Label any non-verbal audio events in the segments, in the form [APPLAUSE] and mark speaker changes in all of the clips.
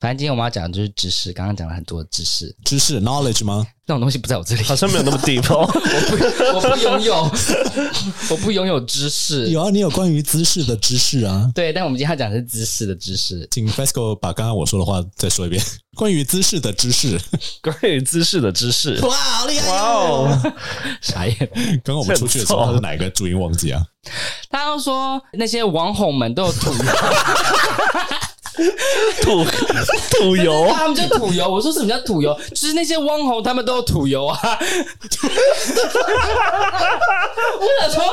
Speaker 1: 反正今天我们要讲的就是知识，刚刚讲了很多知识，
Speaker 2: 知识 knowledge 吗？
Speaker 1: 这种东西不在我这里，
Speaker 3: 好像没有那么 deep 哦。
Speaker 1: [LAUGHS] 我不拥
Speaker 3: [LAUGHS]
Speaker 1: 有，我不拥有知识。
Speaker 2: 有啊，你有关于知识的知识啊。
Speaker 1: 对，但我们今天要讲的是知识的知识。
Speaker 2: 请 FESCO 把刚刚我说的话再说一遍， [LAUGHS] 关于知识的知识。
Speaker 3: 关于知识的知识，
Speaker 2: 哇，好厉害
Speaker 3: 哇！哦，
Speaker 1: 啥呀？
Speaker 2: [LAUGHS] 刚刚我们出去的时候，
Speaker 3: 很臭
Speaker 2: 他是哪一个注音忘记 [LAUGHS] 啊？
Speaker 1: 他要说那些网红们都有
Speaker 3: [LAUGHS]
Speaker 1: 土油，
Speaker 3: [LAUGHS] 土土油，
Speaker 1: 他们就土油。我说什么叫土油？就是那些网红他们都有土油啊。 [LAUGHS] 我想说，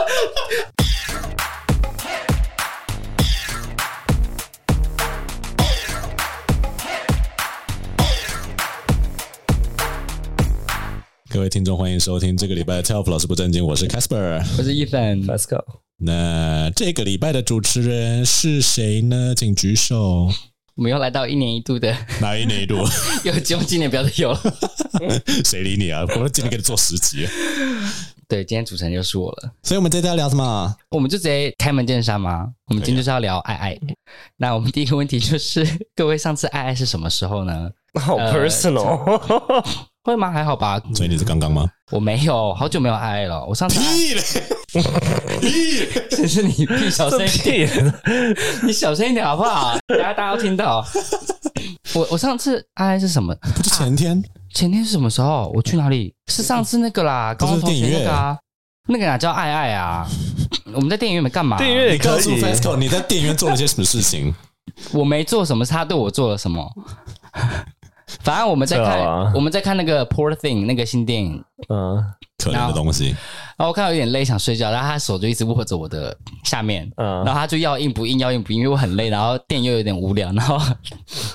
Speaker 2: 各位听众，欢迎收听这个礼拜的 TELF 老师不正经，我是 Casper。
Speaker 1: 我是 Ethan，
Speaker 3: Let's go。
Speaker 2: 那这个礼拜的主持人是谁呢？请举 [LAUGHS] 手。
Speaker 1: 我们又来到一年一度的
Speaker 2: 哪一哪一度？ [LAUGHS]
Speaker 1: 有节目纪念，不要再有了。
Speaker 2: 谁理你啊？我们今天给你做十集，
Speaker 1: 对，今天主持人就是我了。
Speaker 2: 所以我们这次要聊什么？
Speaker 1: 我们就直接开门见山嘛。我们今天就是要聊爱爱。
Speaker 3: 啊嗯
Speaker 1: 那我们第一个问题就是， [LAUGHS] 各位上次爱爱是什么时候呢？
Speaker 3: 好
Speaker 1: 呃
Speaker 3: personal，
Speaker 1: 会吗？还好吧，
Speaker 2: 所以你是刚刚吗？
Speaker 1: 我没有，好久没有爱爱了。我
Speaker 3: [LAUGHS]
Speaker 1: 上次爱
Speaker 2: 屁嘞！屁！
Speaker 1: 真是你屁小声
Speaker 3: 这
Speaker 1: 一点，
Speaker 3: 屁！
Speaker 1: 你小声一点好不好？等下大家都听到。我我上次爱爱是什么？
Speaker 2: [LAUGHS] 不是前天，
Speaker 1: 前天是什么时候？我去哪里？是上次那个啦，高中同学那个啊，那个哪叫爱爱啊？我们在电影院没干嘛？啊
Speaker 3: 电影院也
Speaker 2: 你
Speaker 3: 可
Speaker 2: 告诉
Speaker 3: 以，
Speaker 2: FESCO 你在店员做了些什么事情？
Speaker 1: 我没做什么，是他对我做了什么？ [LAUGHS] 反正我们在看，
Speaker 3: 对啊
Speaker 1: 我们在看那个《Poor Thing》那个新电影，
Speaker 3: [LAUGHS] 嗯
Speaker 2: 可怜的东西，
Speaker 1: 然后我看到有点累，想睡觉，然后他手就一直握着我的下面，然后
Speaker 3: 嗯，
Speaker 1: 他就要硬不硬，要硬不硬，因为我很累，然后电影又有点无聊，然后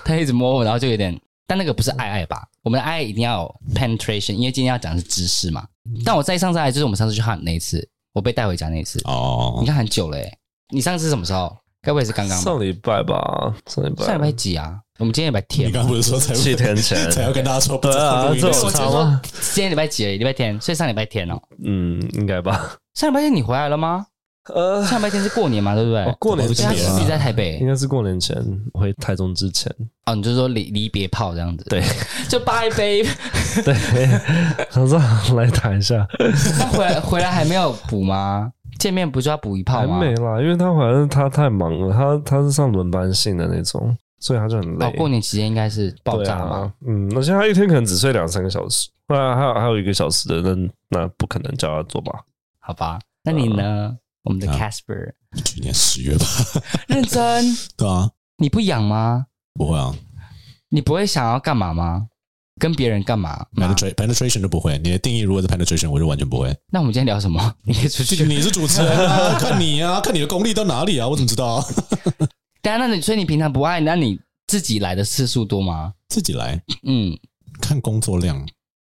Speaker 1: 他一直摸我，然后就有点，但那个不是爱爱吧？我们的爱爱一定要有 penetration，因为今天要讲的是知识嘛。
Speaker 3: 嗯
Speaker 1: 但我再上次爱就是我们上次去 hunt 那一次，我被带回家那一次，
Speaker 2: 哦
Speaker 1: 你，看很久了、欸，你上次是什么时候？该不会是刚刚吧？
Speaker 3: 上礼拜吧，上礼
Speaker 1: 上礼
Speaker 3: 拜
Speaker 1: 拜几啊？我们今天礼拜天
Speaker 2: 你
Speaker 1: 嘛，
Speaker 2: 刚刚不是说才
Speaker 3: 七天 [LAUGHS] 前，
Speaker 2: 才要跟大家说不
Speaker 3: 对
Speaker 2: 知道
Speaker 3: 啊，
Speaker 2: 录音
Speaker 3: 这
Speaker 2: 的
Speaker 3: 有
Speaker 2: 事
Speaker 3: 差
Speaker 2: 情？
Speaker 3: 吗？
Speaker 1: 今天礼拜几而已？礼拜天，所以上礼拜天哦。
Speaker 3: 嗯，应该吧。
Speaker 1: 上礼拜天你回来了吗？
Speaker 3: 呃，
Speaker 1: 上礼拜天是过年嘛，对不对？
Speaker 3: 哦过年
Speaker 1: 所以
Speaker 3: 嗯前
Speaker 1: 他
Speaker 2: 对啊
Speaker 1: 自己在台北
Speaker 3: 应该是过年前回台中之前，
Speaker 1: 哦，你就说离离别炮这样子，
Speaker 3: 对，
Speaker 1: [LAUGHS] 就拜杯，
Speaker 3: 对， [LAUGHS] 我说来谈一下，
Speaker 1: 那回来回来还没有补吗？见面不就要补一炮
Speaker 3: 还
Speaker 1: 吗？
Speaker 3: 没啦，因为他好像他太忙了，他他是上轮班性的那种，所以他就很累。
Speaker 1: 哦，过年期间应该是爆炸
Speaker 3: 对
Speaker 1: 嘛。
Speaker 3: 啊。嗯，而且他一天可能只睡两三个小时，那还有还有一个小时的，那那不可能叫他做 [LAUGHS] 吧？
Speaker 1: 好吧？那你
Speaker 3: 嗯
Speaker 1: 呢？我们的 Casper，、
Speaker 2: 去年十月吧，
Speaker 1: 认真，
Speaker 2: 对啊，
Speaker 1: 你不痒吗？
Speaker 2: 不会啊
Speaker 1: 你不会想要干嘛吗？跟别人干嘛
Speaker 3: 嗯
Speaker 1: 吗？
Speaker 2: ，penetra- penetration 都不会。你的定义如果是 penetration，我就完全不
Speaker 3: [LAUGHS]
Speaker 2: 会。
Speaker 1: 那我们今天聊什么？你可以出去。
Speaker 2: 你是主持人啊， [LAUGHS] 看你啊，看你的功力到哪里啊，我怎么知道 [LAUGHS] 啊？
Speaker 1: 对啊，那你所以你平常不爱，那你自己来的次数多吗？
Speaker 2: 自己来
Speaker 1: 嗯，
Speaker 2: 看工作量，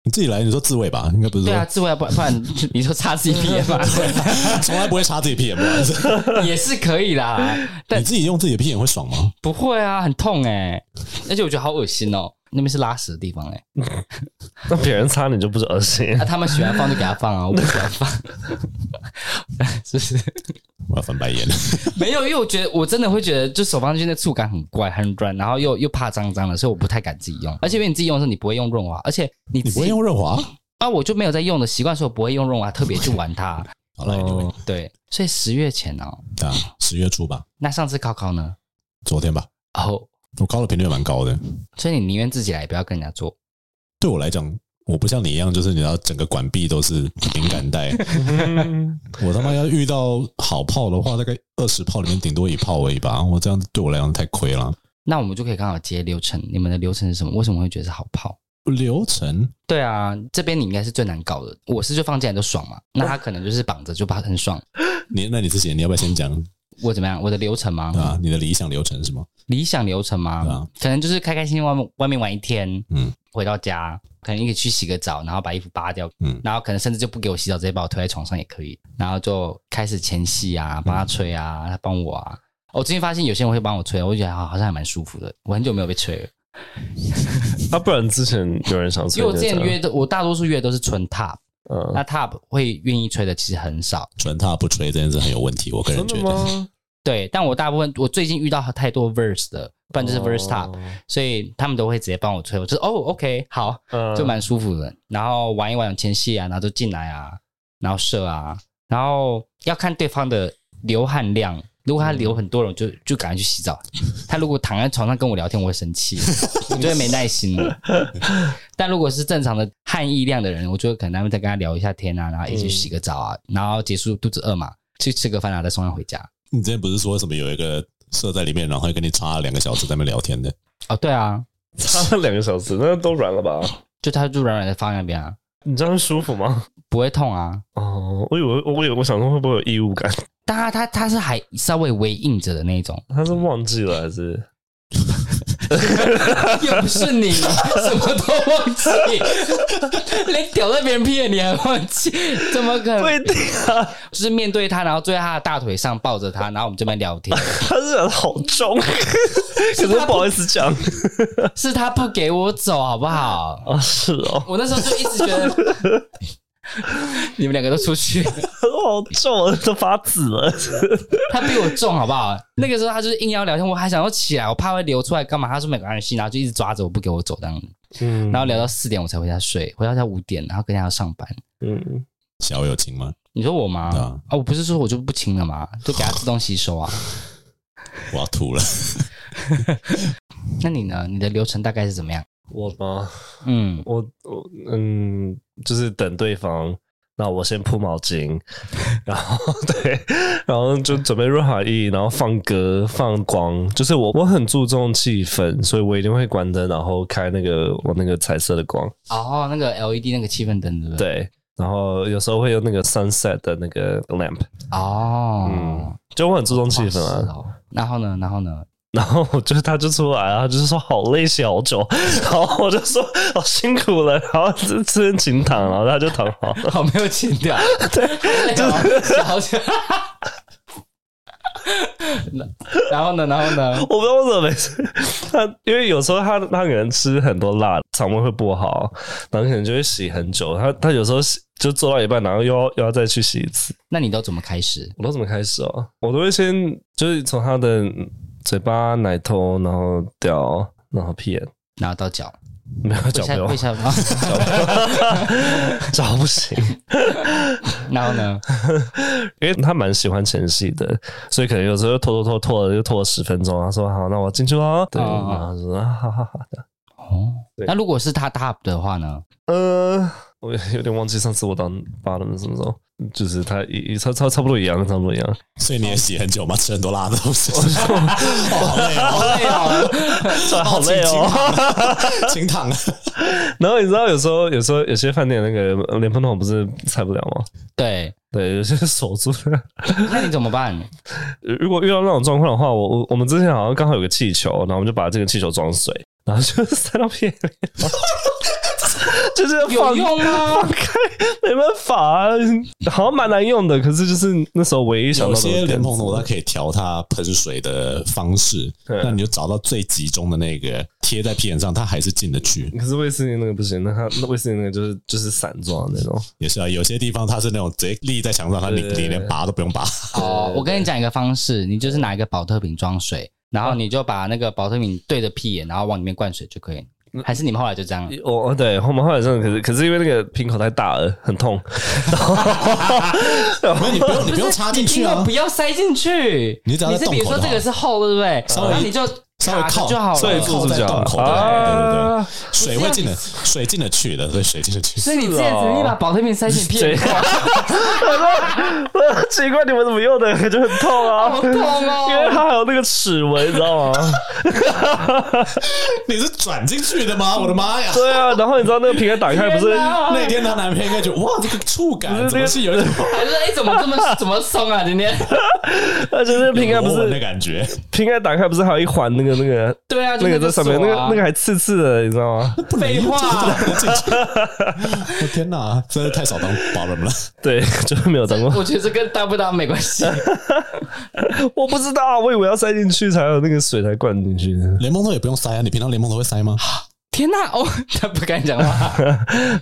Speaker 2: 你自己来，你说自慰吧，应该不是
Speaker 1: 对啊，
Speaker 2: 说
Speaker 1: 自慰啊，不然不然 [LAUGHS] 你说擦自己屁眼吧，
Speaker 2: [LAUGHS] 从来不会插自己屁眼吧？
Speaker 1: [LAUGHS] 也是可以啦。但
Speaker 2: 你自己用自己的屁眼会爽吗？
Speaker 1: 不会啊，很痛哎、而且我觉得好恶心哦，那边是拉屎的地方哎、
Speaker 3: 那别人擦你就不是恶心
Speaker 1: 啊，，他们喜欢放就给他放 [LAUGHS] 啊，我不喜欢放，是不是？
Speaker 2: 我要翻
Speaker 1: [LAUGHS]
Speaker 2: 白眼。
Speaker 1: 没有，因为我觉得我真的会觉得，就手放进去那触感很怪，很软，然后又又怕脏脏的，所以我不太敢自己用。而且因为你自己用的时候，你不会用润滑，而且你
Speaker 2: 你
Speaker 1: 自己
Speaker 2: 不会用润滑？
Speaker 1: 啊，我就没有在用的习惯，所以我不会用润滑，特别去玩 [LAUGHS] 它。哦
Speaker 2: 好了，anyway，
Speaker 1: 对，所以十月前哦，
Speaker 2: 啊，十月初吧，
Speaker 1: 那上次考考呢？
Speaker 2: 昨天吧，
Speaker 1: 哦，
Speaker 2: 我高的频率蛮高的。
Speaker 1: 所以你宁愿自己来，不要跟人家做。
Speaker 2: 对我来讲，我不像你一样，就是你知道整个管壁都是敏感带。
Speaker 3: 嗯
Speaker 2: 我他妈要遇到好炮的话，大概二十炮里面顶多一炮而已吧。我这样子对我来讲太亏了。
Speaker 1: 那我们就可以刚好接流程。你们的流程是什么？为什么会觉得是好泡？
Speaker 2: 流程
Speaker 1: 对啊，这边你应该是最难搞的。我是就放进来就爽嘛，那他可能就是绑着就把很爽。
Speaker 2: 你那你之前你要不要先讲
Speaker 1: 我怎么样？我的流程吗？
Speaker 2: 啊？你的理想流程是什么？
Speaker 1: 理想流程吗？
Speaker 2: 对啊
Speaker 1: 可能就是开开心心外面外面玩一天，
Speaker 2: 嗯
Speaker 1: 回到家可能一个去洗个澡，然后把衣服扒掉，
Speaker 2: 嗯
Speaker 1: 然后可能甚至就不给我洗澡，直接把我推在床上也可以，然后就开始前戏啊，帮他吹啊，他帮我啊。我最近发现有些人会帮我吹，我就觉得好好像还蛮舒服的。我很久没有被吹了，
Speaker 3: 啊，不然之前有人想
Speaker 1: 因
Speaker 3: 吹
Speaker 1: 为
Speaker 3: 你
Speaker 1: 我
Speaker 3: 的
Speaker 1: 之
Speaker 3: 这样，
Speaker 1: 前约的，我大多数约都是纯 top，
Speaker 3: 嗯，
Speaker 1: 那 top 会愿意吹的其实很少。
Speaker 2: 纯踏不吹这件事很有问题，我个人
Speaker 3: 真
Speaker 2: 觉
Speaker 3: 的
Speaker 2: 得。
Speaker 3: 吗？
Speaker 1: 对，但我大部分我最近遇到太多 verse 的，不然就是 verse top，、
Speaker 3: 哦
Speaker 1: 所以他们都会直接帮我吹，我就是哦，OK，好，
Speaker 3: 嗯
Speaker 1: 就蛮舒服的。然后玩一玩前戏啊，然后就进来啊，然后射啊，然后要看对方的流汗量。如果他流很多了，我就就赶快去洗澡。他如果躺在床上跟我聊天，我会生气，我就会没耐心了。但如果是正常的汗意量的人，我就可能会再跟他聊一下天啊，然后一起洗个澡啊，然后结束肚子饿嘛，去吃个饭啊，再送他回家。
Speaker 2: 你之前不是说什么有一个射在里面，然后跟你插了两个小时在那边聊天的？
Speaker 1: 哦，对啊，
Speaker 3: 差了两个小时，那都软了吧？
Speaker 1: 就他就软软的放在那边啊，
Speaker 3: 你这样舒服吗？
Speaker 1: 不会痛啊。
Speaker 3: 哦，我以为我以为我想说会不会有异物感？
Speaker 1: 但他他他是还稍微微硬着的那种，
Speaker 3: 他是忘记了还是？
Speaker 1: 又不是你， [LAUGHS] 什么都忘记，连屌在别人屁眼你还忘记， [LAUGHS] 怎么可能？
Speaker 3: 一定啊，
Speaker 1: 就是面对他，然后坐在他的大腿上抱着他，然后我们这边聊天，
Speaker 3: 他是人好重， [LAUGHS] 可是不好意思讲
Speaker 1: 是他不给我走，好不好？
Speaker 3: 啊，是 [LAUGHS] 哦，
Speaker 1: 我那时候就一直觉得。 [LAUGHS] 你们两个都出去，
Speaker 3: 好重，都发紫了。
Speaker 1: 他比我重，好不好？那个时候他就是硬要聊天，我还想要起来，我怕会流出来干嘛？他说没关系，然后就一直抓着我不给我走这样子，
Speaker 3: 嗯
Speaker 1: 然后聊到四点我才回家睡，回到家五点，然后跟他要上班，
Speaker 3: 嗯，
Speaker 2: 小友情吗？
Speaker 1: 你说我吗？
Speaker 2: 对
Speaker 1: 啊
Speaker 2: 啊，
Speaker 1: 我不是说我就不亲了吗？就给它自动吸收
Speaker 2: [LAUGHS]
Speaker 1: 啊。
Speaker 2: 我要吐了。
Speaker 1: 那你呢？你的流程大概是怎么样？
Speaker 3: 我吗？
Speaker 1: 嗯，
Speaker 3: 我我嗯，就是等对方。那我先铺毛巾，然后 [LAUGHS] 对，然后就准备润好意，然后放歌放光，就是我我很注重气氛，所以我一定会关灯，然后开那个我那个彩色的光，
Speaker 1: 哦，那个 LED 那个气氛灯，对不对？
Speaker 3: 对，然后有时候会用那个 sunset 的那个 lamp，
Speaker 1: 哦，
Speaker 3: 嗯，就我很注重气氛
Speaker 1: 哦是
Speaker 3: 啊。
Speaker 1: 哦。然后呢？然后呢？
Speaker 3: 然后我就他就出来了，他就是说好累，写好久。然后我就说好辛苦了，然后这这边请躺，然后他就躺好了。
Speaker 1: 好没有情调， [LAUGHS] 对，就是好 [LAUGHS] 久。然后呢？然后呢？
Speaker 3: 我不知道为什么每次他，因为有时候他他可能吃很多辣，肠胃会不好，然后可能就会洗很久。他他有时候洗就做到一半，然后又要又要再去洗一次。
Speaker 1: 那你都怎么开始？
Speaker 3: 我都怎么开始哦？我都会先就是从他的嘴巴、奶头，然后屌，然后屁眼，
Speaker 1: 然后到脚，
Speaker 3: 没有
Speaker 1: 为
Speaker 3: 脚
Speaker 1: 啥
Speaker 3: 没有
Speaker 1: 为啥？然后 [LAUGHS]
Speaker 3: [LAUGHS] 脚不行，
Speaker 1: 然后呢？
Speaker 3: 因为他蛮喜欢前戏的，所以可能有时候拖拖拖拖了就拖了十分钟。他说好，那我进去了。对，
Speaker 1: 哦哦
Speaker 3: 然后他说啊好好好的。
Speaker 1: 哦，
Speaker 3: 对
Speaker 1: 那如果是他 top 的话呢？
Speaker 3: 呃，我有点忘记上次我当 bottom 是什么时候，就是他一一差差差不多一样，差不多一样。
Speaker 2: 所以你也洗很久吗？吃很多辣的东西，好累哦，
Speaker 1: 对哦，
Speaker 3: 好累哦。
Speaker 2: 请躺。
Speaker 3: 然后你知道有时候有时候有些饭店那个莲蓬头不是拆不了吗？
Speaker 1: 对，
Speaker 3: 对，有些手住的。
Speaker 1: 那你怎么办？
Speaker 3: 如果遇到那种状况的话，我我我们之前好像刚好有个气球，然后我们就把这个气球装水，然后就塞到屁眼里， [LAUGHS] 就是
Speaker 1: 有
Speaker 3: 放
Speaker 1: 用吗？
Speaker 3: 放开，没办法、啊，好像蛮难用的。可是就是那时候唯一想
Speaker 2: 有
Speaker 3: 到的
Speaker 2: 些
Speaker 3: 点
Speaker 2: 莲
Speaker 3: 子
Speaker 2: 蓬头它可以调它喷水的方式，
Speaker 3: 对
Speaker 2: 那你就找到最集中的那个贴在屁眼上，它还是进得去。
Speaker 3: 可是卫斯理那个不行，那它那卫斯理那个就是就是散装的
Speaker 2: [LAUGHS]
Speaker 3: 那种，
Speaker 2: 也是啊，有些地方它是那种直接立在墙上，它你
Speaker 3: 对
Speaker 2: 你连拔都不用
Speaker 3: [LAUGHS]
Speaker 2: 拔。
Speaker 1: 哦，我跟你讲一个方式，你就是拿一个保特瓶装水，然后你就把那个保特瓶对着屁眼，然后往里面灌水就可以。还嗯是你们后来就这样？
Speaker 3: 我、哦、对后面后来真的，可是可是因为那个瓶口太大了，很痛，
Speaker 2: 那你不用你不用插进去
Speaker 1: 你
Speaker 2: 啊
Speaker 1: 不，要塞进去。
Speaker 2: 你只要在
Speaker 1: 是比如
Speaker 2: 洞口
Speaker 1: 说
Speaker 2: 就
Speaker 1: 这
Speaker 2: 好
Speaker 1: 个是厚，对不对？
Speaker 2: 稍微
Speaker 1: 然后你就
Speaker 2: 稍微
Speaker 1: 卡着
Speaker 2: 靠
Speaker 1: 就好
Speaker 3: 所以
Speaker 1: 了。
Speaker 3: 做
Speaker 2: 靠
Speaker 3: 是
Speaker 2: 在
Speaker 3: 这样
Speaker 2: 洞口
Speaker 3: 啊，
Speaker 2: 水会进的，水进得去的，所以水进得去。
Speaker 1: 所以你这样子，你把保特瓶塞进 [LAUGHS] 屁眼，啊
Speaker 3: 这我说奇怪你们怎么用的，可就很痛啊，
Speaker 1: 好痛
Speaker 3: 因为
Speaker 1: 哦！
Speaker 3: 它还有那个齿纹，你
Speaker 1: [LAUGHS]
Speaker 3: 知道吗？
Speaker 2: 你是转进去的吗？我的妈呀！
Speaker 3: 对啊，然后你知道那个瓶盖打开不是
Speaker 1: 天？哪
Speaker 2: 那天她男朋友应该觉得哇，这个触感怎么是有一种
Speaker 1: 还是哎，怎么这么怎么松啊？ [LAUGHS] 今天
Speaker 3: 而且那个瓶盖不
Speaker 2: 有吻的
Speaker 3: 是
Speaker 2: 感觉？
Speaker 3: 瓶盖打开不是还有一环那个那个
Speaker 1: 对啊，就
Speaker 3: 那个在
Speaker 1: 锁
Speaker 3: 上面，那个
Speaker 1: 啊
Speaker 3: 那个还刺刺的，你知道
Speaker 2: [LAUGHS]
Speaker 3: 吗？
Speaker 1: 废话，
Speaker 2: 我天哪，真的太少当 bottom 了。
Speaker 3: 对， [LAUGHS] 就是没有当过。
Speaker 1: 我觉得这跟搭不搭没关 [LAUGHS] 系。
Speaker 3: 我不知道，我以为要塞进去才有那个水才灌进去。 [LAUGHS]
Speaker 2: 联盟头也不用塞啊，你平常联盟头会塞吗？
Speaker 1: 天哪、哦， [LAUGHS] 他不敢讲话，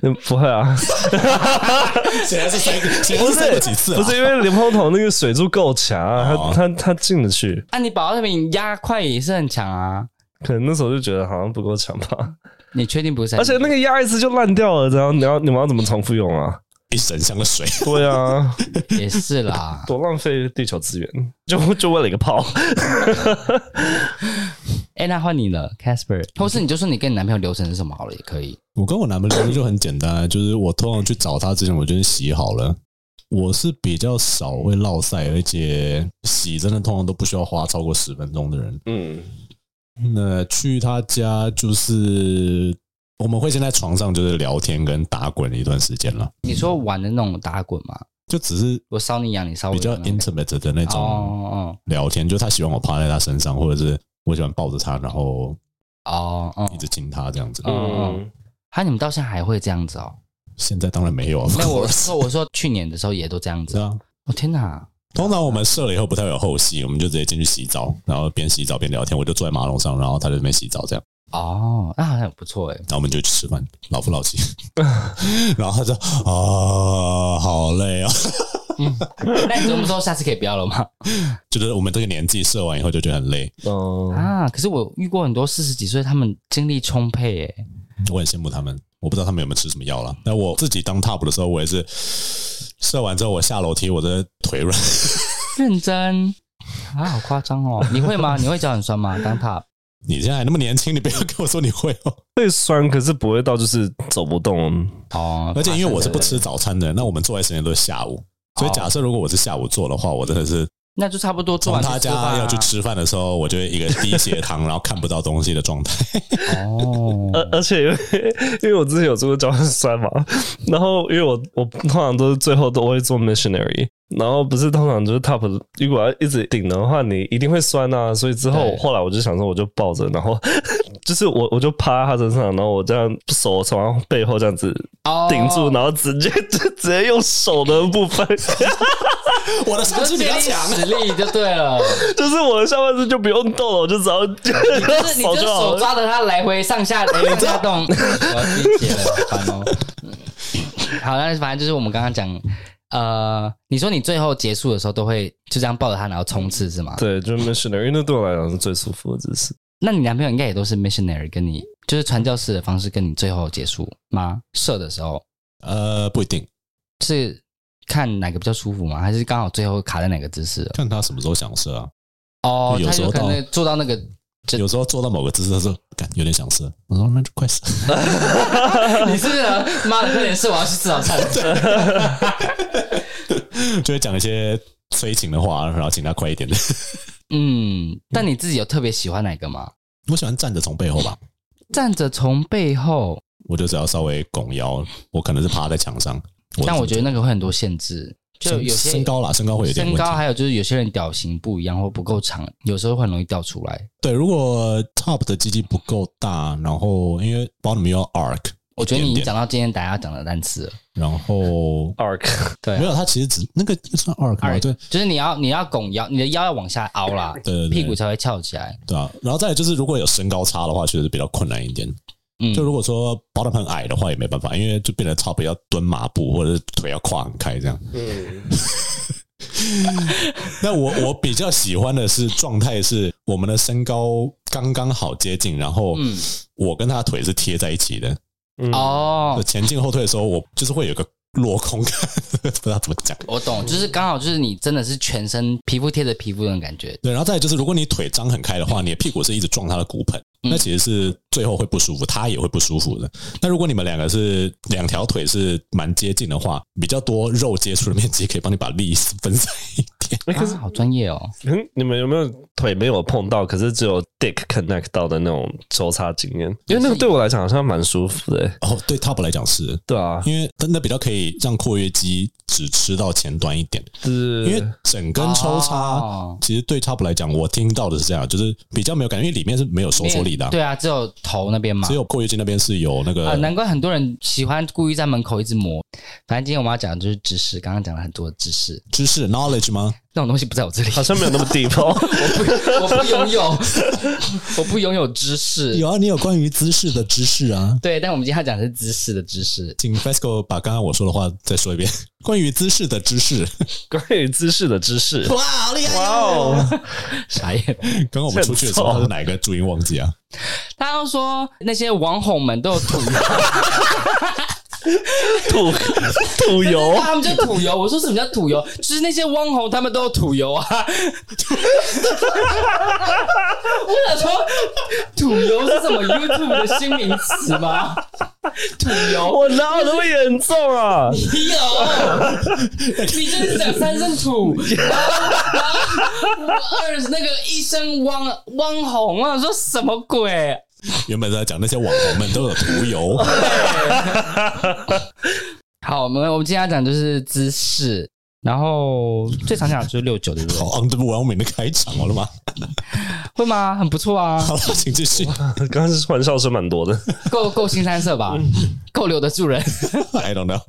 Speaker 3: 嗯不会啊，
Speaker 2: [LAUGHS] 谁还是塞个？谁还
Speaker 3: 不
Speaker 2: 是塞
Speaker 3: 是
Speaker 2: 过几次啊？
Speaker 3: 不是因为莲蓬头那个水柱够强啊，
Speaker 2: 哦
Speaker 3: 他他他进得去，
Speaker 1: 啊，你保到那边压快也是很强啊，
Speaker 3: 可能那时候就觉得好像不够强吧，
Speaker 1: 你确定不是？
Speaker 3: 而且那个压一次就烂掉了，然后你要你们要怎么重复用啊？
Speaker 2: 一整箱的水，
Speaker 3: 对啊， [LAUGHS]
Speaker 1: [LAUGHS] 也是啦，
Speaker 3: 多浪费地球资源，就就为了一个炮。
Speaker 1: 哎、那换你了，Casper，或是你就说你跟你男朋友流程是什么好了，也可以。
Speaker 2: 我跟我男朋友就很简单，啊就是我通常去找他之前，我就先洗好了。我是比较少会落晒，而且洗真的通常都不需要花超过十分钟的人。
Speaker 3: 嗯，
Speaker 2: 那去他家就是我们会先在床上就是聊天跟打滚一段时间了，
Speaker 1: 你说玩的那种打滚嘛，
Speaker 2: 就只是
Speaker 1: 我搔你痒，你搔我
Speaker 2: 比
Speaker 1: 痒
Speaker 2: 较
Speaker 1: 那种感觉，
Speaker 2: intimate 的那
Speaker 1: 哦
Speaker 2: 种
Speaker 1: 哦
Speaker 2: 聊天，就他喜欢我趴在他身上，或者是我喜欢抱着他，然后
Speaker 1: 哦哦
Speaker 2: 一
Speaker 1: 哦，
Speaker 2: 直亲他这样子。
Speaker 1: 嗯嗯哈，你们到现在还会这样子哦？
Speaker 2: 现在当然没有啊，
Speaker 1: 没有，我说我说去年的时候也都这样
Speaker 2: 是
Speaker 1: 子。
Speaker 2: 啊。
Speaker 1: 我、天哪，
Speaker 2: 通常我们射了以后不太会有后戏，我们就直接进去洗澡，然后边洗澡边聊天。我就坐在马桶上，然后他在那边洗澡，这样，
Speaker 1: 哦，那好像不错
Speaker 2: [LAUGHS]
Speaker 1: 哎。
Speaker 2: 然后我们就去吃饭，老夫老妻。 [LAUGHS] 然后他就啊，好累啊，
Speaker 1: 那你这么说，下次可以不要了吗？
Speaker 2: 就是我们这个年纪射完以后就觉得很累。
Speaker 3: 哦，
Speaker 1: 啊，可是我遇过很多四十几岁，他们精力充沛哎。
Speaker 2: 我很羡慕他们，我不知道他们有没有吃什么药了。但我自己当 top 的时候，我也是射完之后，我下楼梯我的腿软，
Speaker 1: 认真啊，好夸张哦！你会吗？你会脚很酸吗？当他
Speaker 2: 你现在还那么年轻，你不要跟我说你会哦。
Speaker 3: 会酸，可是不会到就是走不动。
Speaker 1: 哦，
Speaker 2: 而且因为我是不吃早餐的人，那我们做爱时间都是下午，所以假设如果我是下午做的话，我真的是
Speaker 1: 那就差不多做
Speaker 2: 从
Speaker 1: 完
Speaker 2: 他
Speaker 1: 就吃饭
Speaker 2: 家
Speaker 1: 啊
Speaker 2: 要去吃饭的时候，我就会一个低血糖，然后看不到东西的状态。 [LAUGHS]
Speaker 1: 哦。
Speaker 3: 而而且因为 [LAUGHS] 因为我之前有做过交换酸嘛，然后因为我我通常都是最后都会做 missionary，然后不是通常就是 top，的如果要一直顶的话，你一定会酸啊，所以之后
Speaker 1: 对
Speaker 3: 后来我就想说，我就抱着，然后 [LAUGHS] 就是我我就趴他身上，然后我这样手从他背后这样子
Speaker 1: 哦
Speaker 3: 呃顶住，然后直接 [LAUGHS] 就直接用手的部分， [LAUGHS]
Speaker 2: 我的
Speaker 1: 你就借力实力就对 [LAUGHS] 了。
Speaker 3: 就是我的下半身就不用动了，我就只要
Speaker 1: 就是你
Speaker 3: [LAUGHS] 手
Speaker 1: 就
Speaker 3: 就好
Speaker 1: 手
Speaker 3: 了。
Speaker 1: 抓着它来回上下来回上动，我要去解了，烦哦。 [LAUGHS] 好，那反正就是我们刚刚讲，呃，你说你最后结束的时候都会就这样抱着它，然后冲刺是吗？
Speaker 3: 对，就是 missionary，那对我来讲是最舒服的姿势。
Speaker 1: 那你男朋友应该也都是 missionary 跟你，就是传教士的方式跟你最后结束吗？射的时候
Speaker 2: 呃，不一定，
Speaker 1: 是看哪个比较舒服吗？还是刚好最后卡在哪个姿势了？
Speaker 2: 看他什么时候想射啊。
Speaker 1: 哦，
Speaker 2: 有
Speaker 1: 他
Speaker 2: 时
Speaker 1: 有
Speaker 2: 候
Speaker 1: 可
Speaker 2: 到
Speaker 1: 能做到那个这
Speaker 2: 有时候做到某个姿势的时候，感有点想射，我说那就快射。
Speaker 1: [LAUGHS] 你是不是啊？妈的，快点是我要去吃早餐。
Speaker 2: [LAUGHS] 就会讲一些催情的话，然后请他快一点 [LAUGHS] 的。
Speaker 1: 嗯，但你自己有特别喜欢哪个吗？
Speaker 2: 我喜欢站着从背后吧，
Speaker 1: 站着从背后，
Speaker 2: 我就只要稍微拱腰，我可能是趴在墙上。
Speaker 1: 但我觉得那个会很多限制，就
Speaker 2: 身
Speaker 1: 有些
Speaker 2: 身高啦，身高会有点
Speaker 1: 身
Speaker 2: 问题
Speaker 1: 高，。还有就是有些人屌型不一样或不够长，有时候会很容易掉出来。
Speaker 2: 对，如果 top 的鸡鸡不够大，然后因为 bottom 又要 arc，
Speaker 1: 我觉得你已
Speaker 2: 一
Speaker 1: 经
Speaker 2: 点点
Speaker 1: 讲到今天大家要讲的单词了，
Speaker 2: 然后
Speaker 3: arc
Speaker 1: 对啊
Speaker 2: 没有，它其实只那个算 arc 吗？
Speaker 1: 二
Speaker 2: 对
Speaker 1: 就是你要你要拱腰，你的腰要往下凹啦，
Speaker 2: 对对对
Speaker 1: 屁股才会翘起来。
Speaker 2: 对啊。然后再来就是，如果有身高差的话，确实比较困难一点。
Speaker 1: 嗯，
Speaker 2: 就如果说 bottom 很矮的话，也没办法，因为就变得 top 要蹲马步或者是腿要跨很开这样。
Speaker 3: 嗯。
Speaker 2: [LAUGHS] 那我我比较喜欢的是状态是我们的身高刚刚好接近，然后
Speaker 1: 嗯
Speaker 2: 我跟他的腿是贴在一起的。
Speaker 3: 嗯，
Speaker 1: 哦
Speaker 2: 就，前进后退的时候，我就是会有个落空感， [LAUGHS] 不知道怎么讲。
Speaker 1: 我懂，就是刚好就是你真的是全身皮肤贴着皮肤那种感觉。
Speaker 2: 对，然后再来就是，如果你腿张很开的话，你的屁股是一直撞他的骨盆，
Speaker 1: 嗯
Speaker 2: 那其实是最后会不舒服，他也会不舒服的。那如果你们两个是两条腿是蛮接近的话，比较多肉接触的面积可以帮你把力分散 [LAUGHS] 一点。
Speaker 3: 欸可是
Speaker 1: 啊、好专业哦。
Speaker 3: 嗯，你们有没有腿没有碰到，可是只有 dick connect 到的那种抽插经验？因为那个对我来讲好像蛮舒服的、欸。
Speaker 2: 哦，对 top 来讲是，
Speaker 3: 对啊，
Speaker 2: 因为真的比较可以让括约肌只吃到前端一点，
Speaker 3: 就是
Speaker 2: 因为整根抽插。
Speaker 1: 哦
Speaker 2: 其实对 top 来讲，我听到的是这样，就是比较没有感觉，因为里面是没有收缩力的啊、
Speaker 1: 对啊，只有头那边嘛
Speaker 2: 只。有括约肌那边是有那个
Speaker 1: 啊，难怪很多人喜欢故意在门口一直磨。反正今天我们要讲的就是知识，刚刚讲了很多的知识，
Speaker 2: 知识 knowledge 吗？
Speaker 1: [LAUGHS] 那种东西不在我这里，
Speaker 3: [LAUGHS] 好像没有那么 deep 哦。
Speaker 1: [LAUGHS] 我不拥有。我不拥有知识。
Speaker 2: 有啊，你有关于姿势的知识啊。
Speaker 1: 对，但我们今天要讲的是知识的知识。
Speaker 2: 请 FESCO 把刚刚我说的话再说一遍， [LAUGHS] 关于姿势的知识。
Speaker 3: 关于姿势的知识。
Speaker 2: 哇，好厉害
Speaker 3: 哇！哦，
Speaker 1: 傻眼。
Speaker 2: 刚刚我们出去的时候，他是哪一个注音忘记啊？
Speaker 1: 他要说那些网红们都有土油，
Speaker 3: 土土油，
Speaker 1: [LAUGHS] 他们就土油。我说什么叫土油？就是那些网红他们都有土油啊。我想说，土油是什么 YouTube 的新名词吗？土油。
Speaker 3: 我哪有那么严重啊？
Speaker 1: 你有，哦
Speaker 2: [LAUGHS]
Speaker 1: 你就是讲三声土，然后然后二那个一声汪汪红，啊我想说什么鬼？
Speaker 2: 原本在讲那些网红们都有涂
Speaker 3: [LAUGHS]
Speaker 2: 油，
Speaker 1: 好，我们我们今天要讲就是姿势，然后最常讲的就是六九，对不对？
Speaker 2: 好 underwhelming 的开场，好了吗？
Speaker 1: 会吗？很不错啊，
Speaker 2: 好了，请继续。
Speaker 3: 刚刚是玩笑声蛮多的，
Speaker 1: 够够新三色
Speaker 2: 嗯
Speaker 1: 吧，够留得住人。
Speaker 2: I don't know，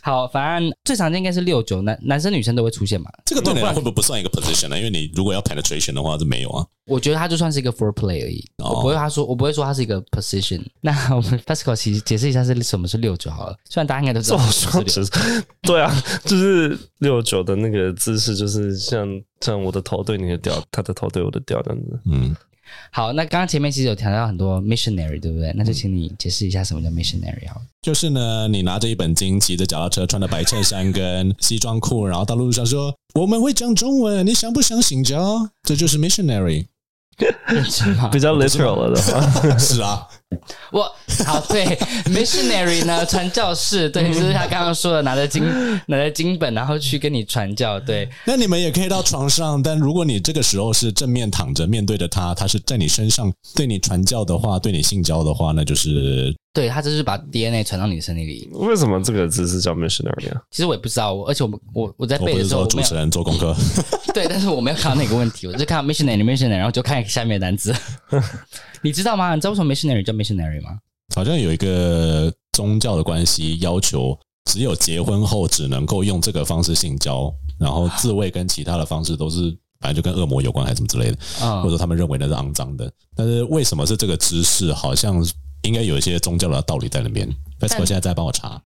Speaker 1: 好，反正最常见应该是六九，男男生女生都会出现嘛。
Speaker 2: 这个对你来说会不会不算一个 position 呢？因为你如果要 penetration 的话，这没有啊。
Speaker 1: 我觉得他就算是一个 for play 而已，
Speaker 2: 哦
Speaker 1: 我不会他说，我不会说他是一个 position。那 [LAUGHS] 我们 Pascal 其实解释一下是什么是六九好了，虽然大家应该都知道
Speaker 3: 我
Speaker 1: 什
Speaker 3: 说
Speaker 1: 么是
Speaker 3: 只是对啊，就是六九的那个姿势，就是像像我的头对你的调，他的头对我的调这样子。
Speaker 2: 嗯，
Speaker 1: 6好，那刚刚前面其实有谈到很多 missionary，对不对？那就请你解释一下什么叫 missionary 好了。
Speaker 2: 就是呢，你拿着一本经，骑着脚踏车，穿着白衬衫跟西装裤，然后到路上说我们会讲中文，你想不想醒着？这就是
Speaker 3: [LAUGHS]
Speaker 2: missionary。
Speaker 1: 是吗
Speaker 3: 比较 literal 了的话，
Speaker 2: 是啊，
Speaker 1: 我好对 missionary 呢， [LAUGHS] 传教士，对，就是他刚刚说的，拿着经拿着经本，然后去跟你传教，对，
Speaker 2: 那你们也可以到床上，但如果你这个时候是正面躺着面对着他，他是在你身上对你传教的话，对你性交的话，那就是
Speaker 1: 对他就是把 DNA 传到你的身体里。
Speaker 3: 为什么这个姿势叫 missionary 啊？
Speaker 1: 其实我也不知道，我而且我们我我在
Speaker 2: 我
Speaker 1: 背
Speaker 2: 不
Speaker 1: 的
Speaker 2: 是
Speaker 1: 时候
Speaker 2: 说
Speaker 1: 我
Speaker 2: 主
Speaker 1: 没
Speaker 2: 持
Speaker 1: 有
Speaker 2: 人做功课，
Speaker 1: [LAUGHS] 对，但是我没有看到那个问题，我就看到 missionary missionary，然后就看下面的单
Speaker 2: [LAUGHS]
Speaker 1: 词。你知道吗？你知道为什么 missionary 叫 missionary 吗？
Speaker 2: 好像有一个宗教的关系要求，只有结婚后只能够用这个方式性交，然后自慰跟其他的方式都是。反正就跟恶魔有关还是什么之类的，或
Speaker 1: 嗯，
Speaker 2: 者说他们认为那是肮脏的。但是为什么是这个姿势？好像应该有一些宗教的道理在里面。f e s c o 现在在帮我查，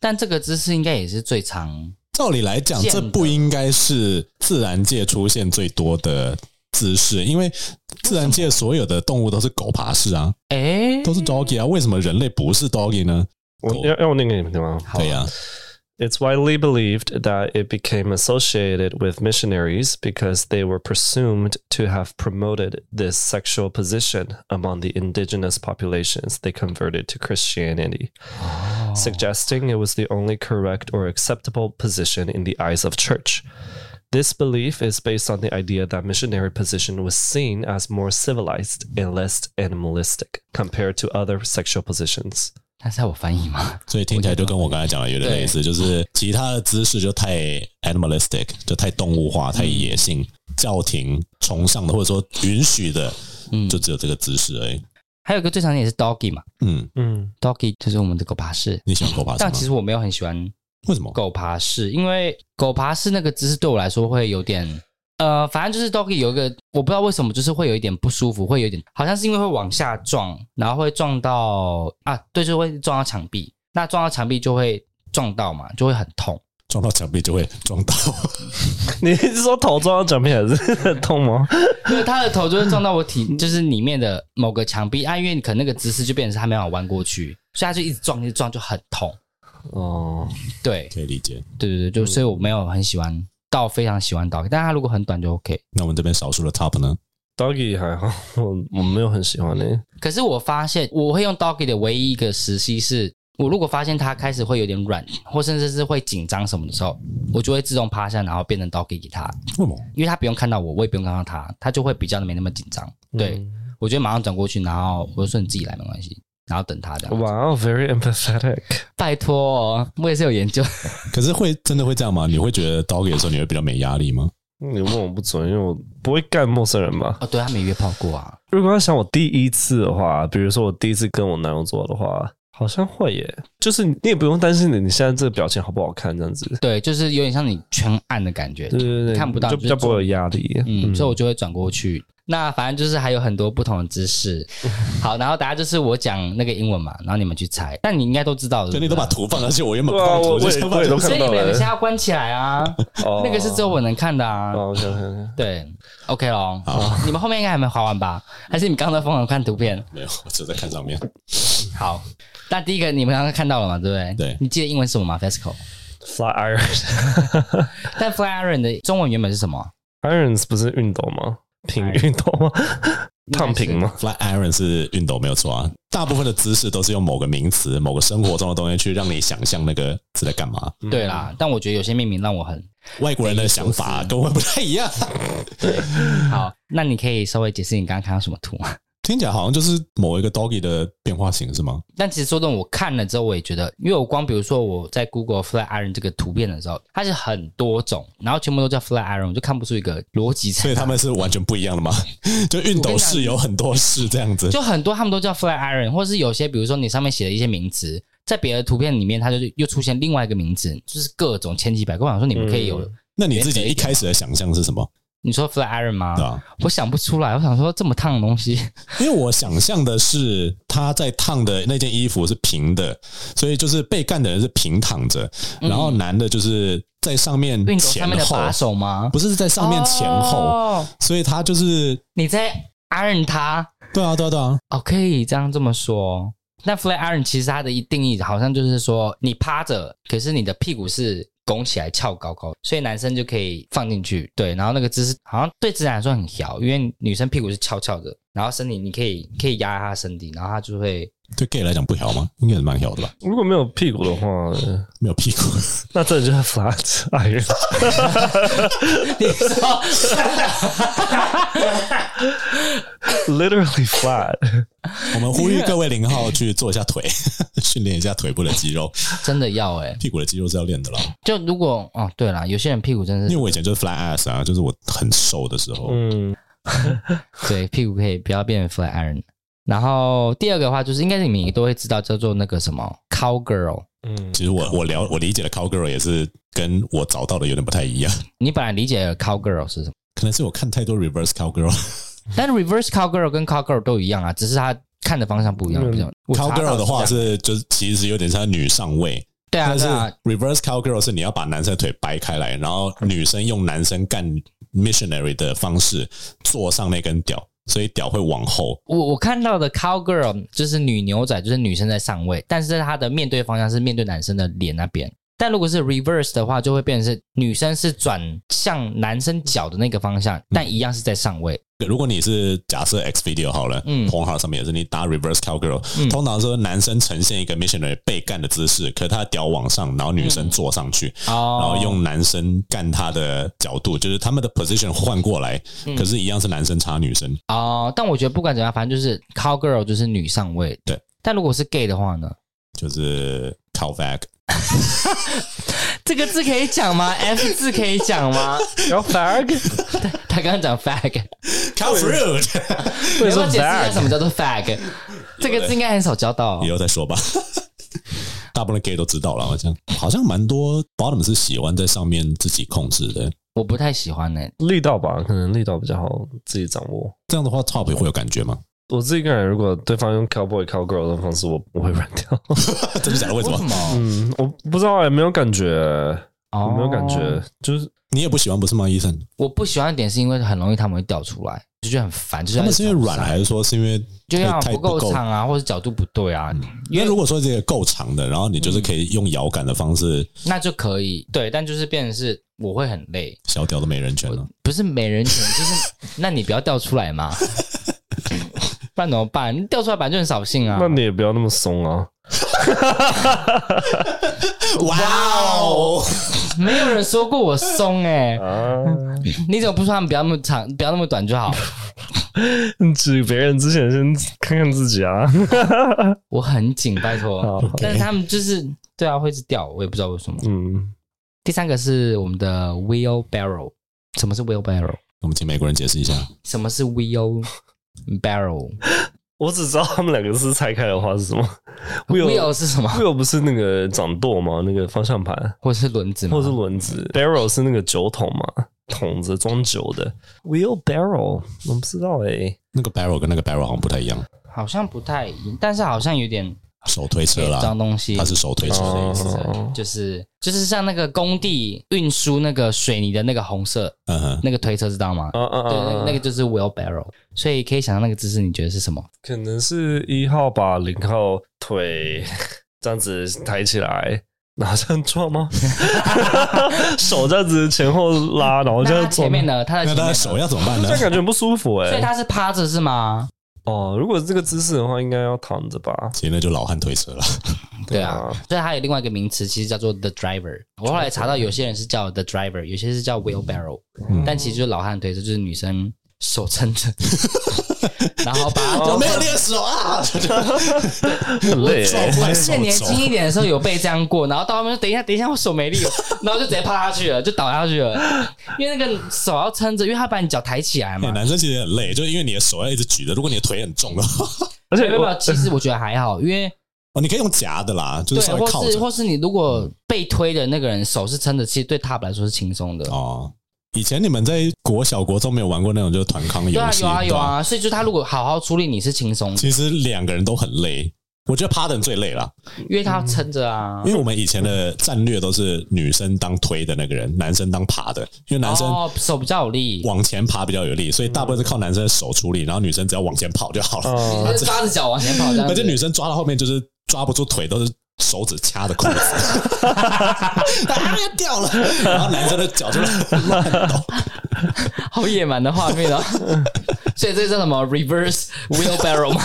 Speaker 1: 但这个姿势应该也是最常
Speaker 2: 照理来讲，
Speaker 1: 见
Speaker 2: 这
Speaker 1: 的
Speaker 2: 不应该是自然界出现最多的姿势，因为自然界所有的动物都是狗爬式啊，
Speaker 1: 哎，
Speaker 2: 都是 doggy 啊，为什么人类不是 doggy 呢？
Speaker 3: 我要要我念给你们听吗？
Speaker 1: 好啊
Speaker 2: 对呀、
Speaker 3: It's widely believed that it became associated with missionaries because they were presumed to have promoted this sexual position among the indigenous populations they converted to Christianity, suggesting it was the only correct or acceptable position in the eyes of church. This belief is based on the idea that missionary position was seen as more civilized and less animalistic compared to other sexual positions.
Speaker 1: 他是要我翻译吗？
Speaker 2: 所以听起来就跟我刚才讲的有点类似，就是其他的姿势就太 animalistic，就太动物化、太野性。教廷崇尚的或者说允许的，
Speaker 1: 嗯
Speaker 2: 就只有这个姿势而已。
Speaker 1: 还有一个最常见也是 doggy 嘛
Speaker 2: 嗯，
Speaker 1: ，doggy 就是我们的狗爬式，
Speaker 2: 你喜欢狗爬啊式吗
Speaker 1: 但？其实我没有很喜欢
Speaker 2: 为什么？
Speaker 1: 狗爬式，因为狗爬式那个姿势对我来说会有点，呃，反正就是 doggy 有一个，我不知道为什么，就是会有一点不舒服，会有一点，好像是因为会往下撞，然后会撞到啊，对，就会撞到墙壁，那撞到墙壁就会撞到嘛，就会很痛。
Speaker 2: 撞到墙壁就会撞到， [LAUGHS]
Speaker 3: 你是说头撞到奖品还是痛吗？ [LAUGHS]
Speaker 1: 因为他的头就会撞到我体，就是里面的某个墙壁啊，因为你可能那个姿势就变成是他没办法弯过去，所以他就一直撞，一直撞就很痛。
Speaker 3: 哦，
Speaker 1: 对，
Speaker 2: 可以理解。
Speaker 1: 对对对，就所以我没有很喜欢到非常喜欢 doggy，但他如果很短就 OK。
Speaker 2: 那我们这边少数的 top 呢？
Speaker 3: Doggy 还好，我我没有很喜欢呢、欸
Speaker 1: 可是我发现，我会用 doggy 的唯一一个时期是，我如果发现它开始会有点软，或甚至是会紧张什么的时候，我就会自动趴下，然后变成 doggy 给它，
Speaker 2: 为什么？
Speaker 1: 因为它不用看到我，我也不用看到它，它就会比较没那么紧张。对、我就会马上转过去，然后我就说你自己来没关系，然后等它这样。
Speaker 3: Wow, very empathetic.
Speaker 1: 拜托、哦，我也是有研究，
Speaker 2: 可是会真的会这样吗？你会觉得 doggy 的时候你会比较没压力吗？
Speaker 3: 你问我不准，因为我不会干陌生人吧。
Speaker 1: 哦， [LAUGHS] 对，他没约炮过啊。
Speaker 3: 如果要想我第一次的话，比如说我第一次跟我男友做的话，好像会耶。就是你也不用担心你你现在这个表情好不好看这样子。
Speaker 1: 对，就是有点像你全暗的感觉，
Speaker 3: 对对对，
Speaker 1: 看不到
Speaker 3: 就
Speaker 1: 就
Speaker 3: 比较
Speaker 1: 是
Speaker 3: 不会有压力。
Speaker 1: 嗯，所以我就会转过去，那反正就是还有很多不同的知
Speaker 3: [LAUGHS]
Speaker 1: 识。好，然后大家就是我讲那个英文嘛，然后你们去猜。但你应该都知道的，
Speaker 2: 对，你都把
Speaker 1: 对不
Speaker 2: 图放上去，我原本
Speaker 3: 对
Speaker 2: 不
Speaker 3: 啊，
Speaker 2: 放
Speaker 3: 我
Speaker 2: 图，
Speaker 3: 我
Speaker 2: 就
Speaker 3: 也
Speaker 2: 想
Speaker 3: 我
Speaker 2: 把
Speaker 3: 也都
Speaker 2: 图
Speaker 1: 对所
Speaker 3: 看
Speaker 1: 以你
Speaker 3: 到
Speaker 1: 们
Speaker 3: 了
Speaker 1: 等一。下要关起来啊，
Speaker 3: [LAUGHS] 哦
Speaker 1: 那个是只有我能看的啊。
Speaker 3: 哦，我想想想，
Speaker 1: 对，OK 咯。你们后面应该还没划完吧？还是你们刚才疯狂看图片？
Speaker 2: 没有，我只有在看上面。
Speaker 1: 好，那第一个你们刚刚看到了嘛？对不对？
Speaker 2: 对
Speaker 1: 你记得英文是什么吗？Fasco。
Speaker 3: Fly Iron，
Speaker 1: 但 Fly Iron 的中文原本是什么？
Speaker 3: Irons 不是熨斗吗？平熨斗吗？烫平吗？
Speaker 2: Fly iron 是熨斗没有错啊，大部分的姿势都是用某个名词、某个生活中的东西去让你想象那个是在干嘛。
Speaker 3: 嗯
Speaker 1: 对啦，但我觉得有些命名让我很
Speaker 2: 外国人的想法跟我不太一样，
Speaker 1: 好。那你可以稍微解释你刚刚看到什么图吗？
Speaker 2: 听起来好像就是某一个 doggy 的变化型是吗？
Speaker 1: 但其实说真的，我看了之后，我也觉得，因为我光比如说我在 Google Fly Iron 这个图片的时候，它是很多种，然后全部都叫 Fly Iron，我就看不出一个逻辑在
Speaker 2: 所以他们是完全不一
Speaker 1: [LAUGHS]
Speaker 2: 样的吗？就熨斗式有很多式这样子，
Speaker 1: 就很多他们都叫 fly iron，或是有些比如说你上面写的一些名词，在别的图片里面，它就是又出现另外一个名字，就是各种千奇百怪。我想说你们可以有，
Speaker 3: 嗯
Speaker 2: 那你自己一开始的想象是什么？
Speaker 1: 你说 fly iron 吗？
Speaker 2: 对啊吧、
Speaker 1: 我想不出来，我想说这么烫的东西，
Speaker 2: [LAUGHS] 因为我想象的是他在烫的那件衣服是平的，所以就是被干的人是平躺着，然后男的就是在上面
Speaker 1: 熨斗嗯
Speaker 2: 前
Speaker 1: 上面的
Speaker 2: 后
Speaker 1: 把，手吗？
Speaker 2: 不是在上面前后，
Speaker 1: 哦
Speaker 2: 所以他就是
Speaker 1: 你在 iron 它
Speaker 2: 对啊对啊对啊，
Speaker 1: 哦，可以这样这么说。那 fly iron 其实它的一定义好像就是说，你趴着，可是你的屁股是拱起来翘高高，所以男生就可以放进去。对，然后那个姿势好像对直男来说很摇，因为女生屁股是翘翘的，然后身体你可以可以压她身体，然后她就会
Speaker 2: 对 gay 来讲不调吗？应该是蛮调的吧，
Speaker 3: 如果没有屁股的话，
Speaker 2: 没有屁股，
Speaker 3: 那这就是 Flat Iron。 [LAUGHS]
Speaker 1: 你说
Speaker 3: literally flat。
Speaker 2: 我们呼吁各位零号去做一下腿，
Speaker 1: [LAUGHS]
Speaker 2: 训练一下腿部的肌肉，
Speaker 1: 真的要哎、
Speaker 2: 屁股的肌肉是要练的啦。
Speaker 1: 就如果哦对啦，有些人屁股真的
Speaker 2: 因为
Speaker 1: 是
Speaker 2: 我以前就是 fly ass 啊，就是我很瘦的时候，
Speaker 3: 嗯，
Speaker 1: 对屁股可以不要变成 fly iron。然后第二个的话就是应该是你们也都会知道叫做那个什么 cowgirl。
Speaker 3: 嗯，
Speaker 2: 其实我我了我理解的 cowgirl 也是跟我找到的有点不太一样，
Speaker 1: 你本来理解的 cowgirl 是什么？
Speaker 2: 可能是我看太多 reverse cowgirl。
Speaker 1: 但 reverse cowgirl 跟 cowgirl 都一样啊，只是它看的方向不一样。
Speaker 3: 嗯
Speaker 1: 不一样 [LAUGHS] 我查到
Speaker 2: cowgirl 的话
Speaker 1: 是
Speaker 2: 是就是其实有点像女上位，
Speaker 1: 这样，
Speaker 2: 但
Speaker 1: 对
Speaker 2: 是
Speaker 1: 啊，嗯
Speaker 2: reverse cowgirl 是你要把男生的腿掰开来，然后女生用男生干 missionary 的方式坐上那根屌，所以屌会往后。
Speaker 1: 我我看到的 cowgirl 就是女牛仔，就是女生在上位，但是她的面对方向是面对男生的脸那边。但如果是 reverse 的话，就会变成是女生是转向男生脚的那个方
Speaker 2: 嗯
Speaker 1: 向，但一样是在上位。
Speaker 2: 如果你是假设 X video 好了，
Speaker 1: 嗯
Speaker 2: 嗯，同行上面也是你打 reverse cowgirl，、
Speaker 1: 嗯
Speaker 2: 通常说男生呈现一个 missionary 被干的姿势，可他的屌往上，然后女生坐上去，
Speaker 1: 哦，
Speaker 2: 然后用男生干他的角度，就是他们的 position 换过来，
Speaker 1: 嗯
Speaker 2: 可是一样是男生插女生。
Speaker 1: 哦，但我觉得不管怎么样，反正就是 cowgirl 就是女上位。
Speaker 2: 对，
Speaker 1: 但如果是 gay 的话呢？
Speaker 2: 就是 cowback，
Speaker 1: 这个字可以讲吗？F 字可以讲吗？
Speaker 3: 然后 fag，
Speaker 1: 他刚刚讲 fag。
Speaker 2: cow fruit，
Speaker 1: 你
Speaker 3: 为
Speaker 1: 要
Speaker 3: 什
Speaker 1: 不
Speaker 3: 么
Speaker 1: 要解释一下
Speaker 3: fag？
Speaker 1: 什么叫做 fag？这个字应该很少教到、
Speaker 2: [LAUGHS] 以后再说吧。 [LAUGHS] 大部分的 gay 都知道了，好像好像蛮多 bottom 是喜欢在上面自己控制的，
Speaker 1: 我不太喜欢呢、
Speaker 3: 力道吧，可能力道比较好自己掌握。
Speaker 2: 这样的话 top 会有感觉吗？
Speaker 3: 我自己个人，如果对方用 cowboy cowgirl 的方式，我我会软掉。
Speaker 2: [LAUGHS] 真的假的？为什
Speaker 1: 为什
Speaker 2: 么？
Speaker 3: [LAUGHS]
Speaker 1: 么？
Speaker 3: 嗯，我不知道、欸，没有感觉，
Speaker 1: 哦
Speaker 3: 没有感觉。，就是
Speaker 2: [LAUGHS] 你也不喜欢不是吗，医生？
Speaker 1: 我不喜欢的点是因为很容易他们会掉出来，就觉得很烦。就是
Speaker 2: 他们是因为软，
Speaker 1: 来，
Speaker 2: 还是说是因为
Speaker 1: 就要
Speaker 2: 太嗯
Speaker 1: 不够长啊，或者角度不对啊，
Speaker 2: 因为如果说这个够长的，然后你就是可以用摇杆的方式，
Speaker 1: 那就可以。对，但就是变成是我会很累，
Speaker 2: 小屌都没人权了。
Speaker 1: 不是没人权，就是 [LAUGHS] 那你不要掉出来
Speaker 2: [LAUGHS]
Speaker 1: 嘛。不然怎么办？你掉出来本来就很扫兴啊。
Speaker 3: 那你也不要那么松啊。
Speaker 2: 嗯哇哦！
Speaker 1: [LAUGHS] 没有人说过我松
Speaker 3: [LAUGHS]
Speaker 1: 哎、
Speaker 3: 啊，
Speaker 1: 你怎么不说他们不要那么长，不要那么短就好？
Speaker 3: 指别人之前先看看自己啊。
Speaker 1: 我很紧，拜托。
Speaker 3: [LAUGHS] 好，
Speaker 1: 但是他们就是对啊，会一直掉，我也不知道为什么。
Speaker 3: 嗯，
Speaker 1: 第三个是我们的 wheelbarrow，什么是 wheelbarrow？
Speaker 2: 我们请美国人解释一下，
Speaker 1: 什么是 wheelbarrow？wheel
Speaker 3: 我只知道他们两个字拆开的话是
Speaker 1: [LAUGHS]
Speaker 3: 什么。Will
Speaker 1: 是什么？
Speaker 3: Wheel 不是那个掌舵吗？那个方向盘
Speaker 1: [LAUGHS] 或者是轮子吗？
Speaker 3: 或者是轮子，Barrel 是那个酒桶嘛？桶子装酒的 wheel barrel，我不知道哎、
Speaker 2: 那个 barrel 跟那个 barrel 好像不太一样，
Speaker 1: 好像不太一样，但是好像有点
Speaker 2: 手推车啦
Speaker 1: 脏，东西
Speaker 2: 它。是手推车的
Speaker 1: 嗯
Speaker 2: 意思。
Speaker 3: 哦
Speaker 1: 就是就是像那个工地运输那个水泥的那个红色
Speaker 2: 嗯哼，
Speaker 1: 那个推车，知道吗？
Speaker 3: 啊啊
Speaker 1: 对，那个
Speaker 3: 啊！
Speaker 1: 那个就是 wheelbarrow，所以可以想象那个姿势，你觉得是什么？
Speaker 3: 可能是一号把零号腿 [LAUGHS] 这样子抬起来，然后这样
Speaker 1: [LAUGHS]
Speaker 3: 撞吗？ [LAUGHS] 手这样子前后拉，然后这
Speaker 1: 那
Speaker 3: 样
Speaker 1: 它
Speaker 3: 撞
Speaker 1: 前
Speaker 3: 吗。
Speaker 1: 面呢？它的
Speaker 2: 那
Speaker 1: 前
Speaker 2: 他
Speaker 1: 面
Speaker 2: 的
Speaker 1: 呢，
Speaker 2: 手要怎么办呢
Speaker 3: 这？样感觉很不舒服哎、
Speaker 1: 所以它是趴着是吗？
Speaker 3: 哦，如果是这个姿势的话，应该要躺着吧？
Speaker 2: 其实那就老汉推车了。
Speaker 1: 对啊，所以它有另外一个名词，其实叫做 the driver。我后来查到，有些人是叫 the driver，有些是叫 wheelbarrow，、但
Speaker 2: 嗯
Speaker 1: 其实就是老汉推车，就是女生手撑
Speaker 2: [LAUGHS]
Speaker 1: 着，然后把它
Speaker 2: 我没有练手啊，
Speaker 3: 很累、
Speaker 2: 撞
Speaker 3: 欸。
Speaker 1: 我
Speaker 2: 坏
Speaker 1: 之
Speaker 2: 手
Speaker 1: 前年轻
Speaker 2: 肘。
Speaker 1: 一点的时候有被这样过，然后到后面说等一下，等一下，我手没力
Speaker 2: [LAUGHS]
Speaker 1: 了，然后就直接趴下去了，就倒下去了，因为那个手要撑着，因为他把你脚抬起来
Speaker 2: 哎
Speaker 1: 嘛。
Speaker 2: 男生其实很累，就是因为你的手要一直举着。如果你的腿很重的话，
Speaker 3: 而
Speaker 1: 没有
Speaker 3: 且
Speaker 1: 没有，
Speaker 3: 我
Speaker 1: 其实我觉得还好，因
Speaker 2: [LAUGHS]
Speaker 1: 为
Speaker 2: 哦，你可以用夹的啦，就
Speaker 1: 对，
Speaker 2: 是稍微靠
Speaker 1: 或是
Speaker 2: 着。
Speaker 1: 或是你如果被推的那个人手是撑着，其实对他来说是轻松的。
Speaker 2: 哦，以前你们在国小国中没有玩过那种就是团康游戏？
Speaker 1: 对啊，有啊嗯
Speaker 2: 对
Speaker 1: 有
Speaker 2: 吧。
Speaker 1: 啊，所以就他如果好好处理你是轻松的，
Speaker 2: 其实两个人都很累，我觉得趴的人最累啦，
Speaker 1: 因为他要撑着啊
Speaker 2: 因。为我们以前的战略都是女生当推的那个人，男生当爬的，因为男生
Speaker 1: 哦手比较有力，
Speaker 2: 往前爬比较有力，所以大部分是靠男生的手出力，然后女生只要往前跑就好
Speaker 1: 哦
Speaker 2: 了。
Speaker 3: 嗯，
Speaker 1: 就是抓着脚往前跑这样子。
Speaker 2: [LAUGHS] 而且女生抓到后面就是抓不住腿，都是手指掐着裤
Speaker 1: [LAUGHS]
Speaker 2: 子，啊要掉了，然后男生的脚就乱动。
Speaker 1: 好野蛮的画面 [LAUGHS] 哦。所以这叫什么 reverse wheelbarrow 吗？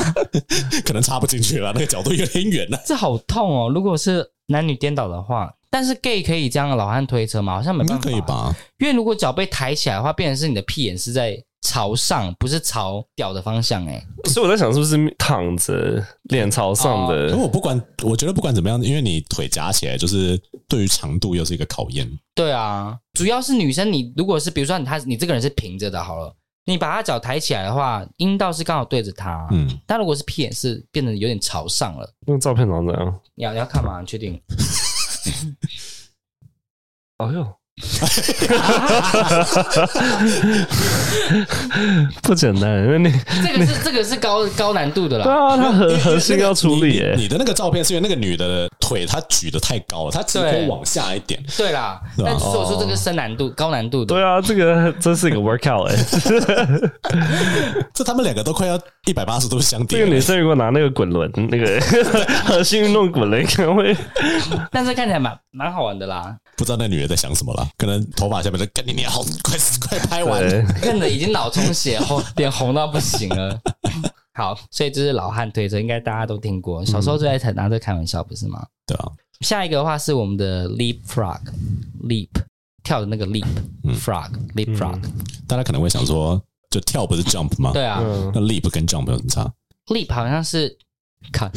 Speaker 2: 可能插不进去了，那个角度有点远了。
Speaker 1: [LAUGHS] 这好痛哦！如果是男女颠倒的话，但是 gay 可以这样老汉推车吗？好像没
Speaker 2: 应
Speaker 1: 办法，
Speaker 2: 该可以？吧？
Speaker 1: 因为如果脚被抬起来的话，变成是你的屁眼是在朝上，不是朝屌的方向、哎，
Speaker 3: 所以我在想，是不是躺着脸朝上
Speaker 2: 可
Speaker 3: 的？
Speaker 2: 我不管，我觉得不管怎么样，因为你腿夹起来，就是对于长度又是一个考验。
Speaker 1: 对啊，主要是女生，你如果是比如说你她你这个人是平着的，好了，你把她脚抬起来的话，阴道是刚好对着她，
Speaker 2: 嗯，
Speaker 1: 但如果是屁眼是变得有点朝上了，
Speaker 3: 那个照片长怎样？
Speaker 1: 你要你要看吗？你确
Speaker 3: [LAUGHS]
Speaker 1: 定？
Speaker 3: 哎呦， [LAUGHS] 不简单，那你
Speaker 1: 这个是这个是高高难度的
Speaker 3: 对
Speaker 1: 啦，
Speaker 3: 啊，他核核
Speaker 2: 那
Speaker 3: 心
Speaker 2: 个
Speaker 3: 要处理耶、
Speaker 2: 你。你的那个照片是因为那个女的腿她举得太高了，她只可以往下一点。
Speaker 1: 对啦，
Speaker 2: 对啊
Speaker 1: 但所以我说
Speaker 3: 哦
Speaker 1: 这个深难度高难度的
Speaker 3: 对，啊，这个真是一个 workout 哎、
Speaker 2: [LAUGHS] 这他们两个都快要一百八十度相
Speaker 3: 这
Speaker 2: 叠
Speaker 3: 个女
Speaker 2: 了。
Speaker 3: 生如果拿那个滚轮，
Speaker 2: [LAUGHS]
Speaker 3: 那个核心运动滚轮，可能会
Speaker 1: 但是看起来蛮蛮好玩的啦，
Speaker 2: 不知道那女的在想什么了，可能头发下面就跟你娘好，快快拍 [LAUGHS] 完了。
Speaker 3: 对
Speaker 1: 看的已经脑充血，
Speaker 3: [LAUGHS]
Speaker 1: 红脸红到不行了。好，所以这是老汉推车，应该大家都听过，小时候最爱才拿这开玩笑，不是吗？
Speaker 2: 对啊，
Speaker 1: 下一个的话是我们的 leapfrog，leap 跳的那个 leap，frog leapfrog，
Speaker 2: 大家可能会想说，就跳不是 jump 吗？
Speaker 1: 对啊
Speaker 3: 嗯，
Speaker 2: 那 leap 跟 jump 有什么差？
Speaker 1: ，leap 好像是 [LAUGHS] 看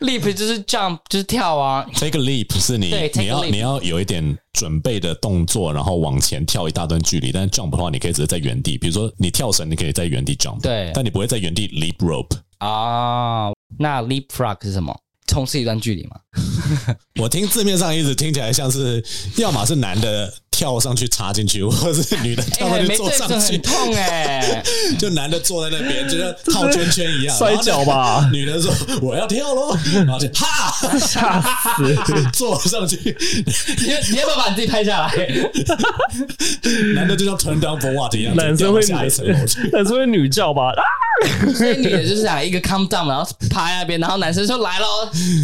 Speaker 1: leap 就是 jump 就是跳啊，
Speaker 2: Take a leap 是你
Speaker 1: 对
Speaker 2: 你
Speaker 1: take a
Speaker 2: 要
Speaker 1: leap
Speaker 2: 你要有一点准备的动作，然后往前跳一大段距离。但是 jump 的话，你可以只是在原地，比如说你跳绳，你可以在原地 jump，
Speaker 1: 对
Speaker 2: 但你不会在原地 leap rope。
Speaker 1: 啊、那 leapfrog 是什么？冲刺一段距离 [LAUGHS] 嘛？
Speaker 2: 我听字面上一直听起来像是，要么是男的跳上去插进去，或者是女的跳上
Speaker 1: 哎
Speaker 2: 去
Speaker 1: 没
Speaker 2: 坐
Speaker 1: 对
Speaker 2: 上
Speaker 1: 准
Speaker 2: 去
Speaker 1: 很，痛哎、
Speaker 2: 就男的坐在那边，就像套圈圈一样
Speaker 3: 摔跤。
Speaker 2: 然后
Speaker 3: 吧
Speaker 2: 那，女的说：“我要跳喽！”然
Speaker 3: [LAUGHS]
Speaker 2: 后就哈，
Speaker 3: 吓死！
Speaker 2: 坐上去，
Speaker 1: [LAUGHS] 你你要不要把你自己拍下来？
Speaker 2: 男的就像 turn down for what 一样，
Speaker 3: 男生
Speaker 2: 就掉
Speaker 3: 会
Speaker 2: 到下一层楼去。
Speaker 3: 男生会女叫吧？啊，
Speaker 1: [LAUGHS] 所以女的就是想一个 calm down，然后趴在那边，然后男生说来咯，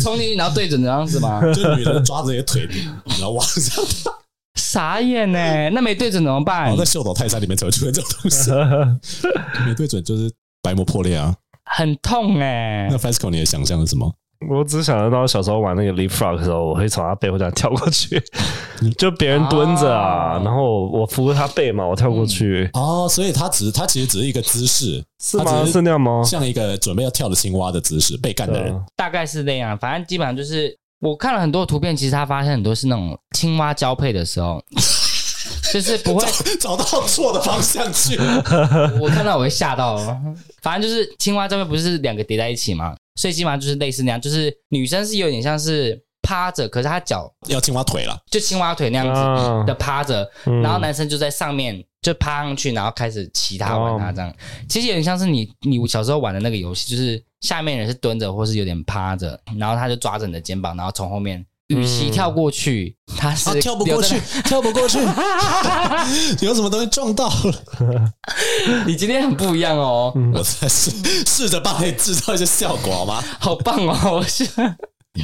Speaker 1: 冲进去，然后对准这样子 [LAUGHS] 嘛。
Speaker 2: 就女的抓着你的腿，然后往上跳。
Speaker 1: 傻眼呢、哎那没对准怎么办
Speaker 2: 哦，？在秀岛泰山里面才会出现这种东
Speaker 3: [LAUGHS]
Speaker 2: 西，
Speaker 3: 啊
Speaker 2: 没对准就是白膜破裂啊。
Speaker 1: 很痛哎、
Speaker 2: 那 Fasco 你的想象是什么？
Speaker 3: 我只想得到小时候玩那个 leapfrog 的时候，我会从他背后这样跳过去， [LAUGHS] 就别人蹲着啊，
Speaker 1: 啊
Speaker 3: 然后我扶着他背嘛，我跳过去，
Speaker 2: 哦，所以它只是它其实只是一个姿势，
Speaker 3: 嗯是
Speaker 2: 它
Speaker 3: 吗？
Speaker 2: 只
Speaker 3: 是那样吗？
Speaker 2: 像一个准备要跳的青蛙的姿势，被干的
Speaker 3: 对
Speaker 2: 人
Speaker 3: 啊，
Speaker 1: 大概是那样，反正基本上就是我看了很多图片，其实他发现很多是那种青蛙交配的时候， [LAUGHS] 就是不会，
Speaker 3: 啊
Speaker 2: [LAUGHS] 找到错的方向去。 [LAUGHS]
Speaker 1: 我看到我会吓到哦。反正就是青蛙交配不是两个叠在一起嘛，所以基本上就是类似那样，就是女生是有点像是。趴着，可是他脚
Speaker 2: 要青蛙腿啦，
Speaker 1: 就青蛙腿那样子
Speaker 3: 啊
Speaker 1: 的趴着，
Speaker 3: 嗯
Speaker 1: 然后男生就在上面就趴上去，然后开始骑他玩
Speaker 2: 哦
Speaker 1: 他这样。其实有点像是你你小时候玩的那个游戏，就是下面人是蹲着或是有点趴着，然后他就抓着你的肩膀，然后从后面。与其跳过去，他是、
Speaker 2: 啊，跳不过去，跳不过去， [LAUGHS] 有什么东西撞到了？
Speaker 1: [LAUGHS] 你今天很不一样
Speaker 2: [LAUGHS]
Speaker 1: 哦，
Speaker 2: 我在试试着帮你制造一些效果好 [LAUGHS] 吗？
Speaker 1: 好棒哦！我是